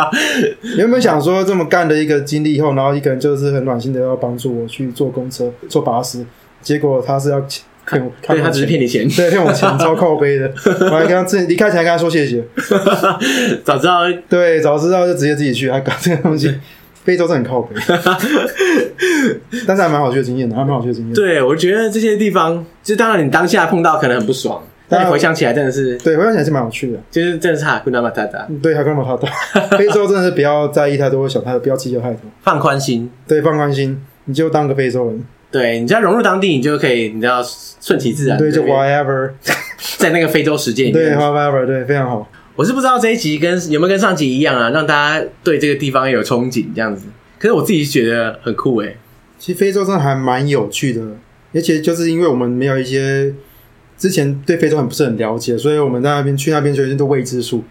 [SPEAKER 2] 原本想说这么干的一个经历以后，然后一个人就是很暖心的要帮助我去坐公车、坐巴士，结果他是要骗我，
[SPEAKER 1] 对他只是骗你钱
[SPEAKER 2] 你， 对，骗我钱，超靠 背的。我还跟他自己离开前还跟他说谢谢，
[SPEAKER 1] 早知道。
[SPEAKER 2] 对，早知道就直接自己去，还啊搞这个东西。非洲是很 靠背，但是还蛮好去的经验的，还蛮好去的经验。
[SPEAKER 1] 对，我觉得这些地方，就当然你当下碰到可能很不爽，但你回想起来真的是，
[SPEAKER 2] 对，回想起来是蛮有趣的。
[SPEAKER 1] 就是真的是哈库纳马达达，
[SPEAKER 2] 对，还跟我好 的，非洲真的是不要在意太多，想太多，不要计较太多。
[SPEAKER 1] 放宽心。
[SPEAKER 2] 对，放宽心，你就当个非洲人，
[SPEAKER 1] 对，你只要融入当地，你就可以，你知道顺其自然。
[SPEAKER 2] 对，就
[SPEAKER 1] 不
[SPEAKER 2] whatever，
[SPEAKER 1] 在那个非洲实践里面。
[SPEAKER 2] 对 whatever，对，非常好。
[SPEAKER 1] 我是不知道这一集跟有没有跟上集一样啊，让大家对这个地方有憧憬这样子。可是我自己觉得很酷欸诶、
[SPEAKER 2] 其实非洲真的还蛮有趣的，而且就是因为我们没有一些之前对非洲很不是很了解，所以我们在那边去那边就有一些都未知数，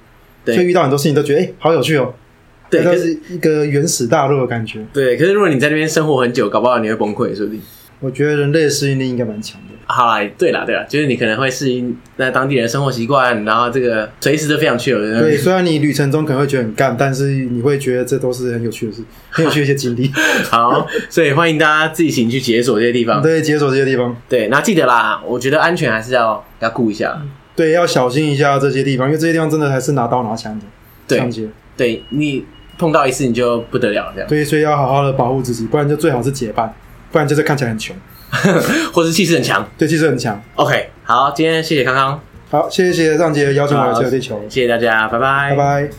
[SPEAKER 2] 所以
[SPEAKER 1] 对
[SPEAKER 2] 遇到很多事情都觉得哎、好有趣哦，
[SPEAKER 1] 对，可
[SPEAKER 2] 就是是一个原始大陆的感觉。
[SPEAKER 1] 对，可是如果你在那边生活很久，搞不好你会崩溃，说不定。
[SPEAKER 2] 我觉得人类的适应力应该蛮强的。
[SPEAKER 1] 好啦，对啦，对啦，就是你可能会适应在当地人的生活习惯，然后这个随时都非常去有的。
[SPEAKER 2] 对，，虽然你旅程中可能会觉得很干，但是你会觉得这都是很有趣 的事，很有趣的一些经历。
[SPEAKER 1] 好，所以欢迎大家自行去解锁这些地方。
[SPEAKER 2] 对，解锁这些地方，
[SPEAKER 1] 对，那记得啦，我觉得安全还是要要顾一下。
[SPEAKER 2] 对，要小心一下这些地方，因为这些地方真的还是拿刀拿枪的。
[SPEAKER 1] 对
[SPEAKER 2] 抢劫。
[SPEAKER 1] 对你碰到一次你就不得了这样，
[SPEAKER 2] 对，所以要好好的保护自己，不然就最好是结伴，不然就是看起来很穷，
[SPEAKER 1] 或是气势很强。
[SPEAKER 2] 对气势很强。
[SPEAKER 1] OK，好，今天谢谢康康，
[SPEAKER 2] 好，谢谢上杰邀请我来这个地球，
[SPEAKER 1] 谢谢大家，拜拜，
[SPEAKER 2] 拜拜。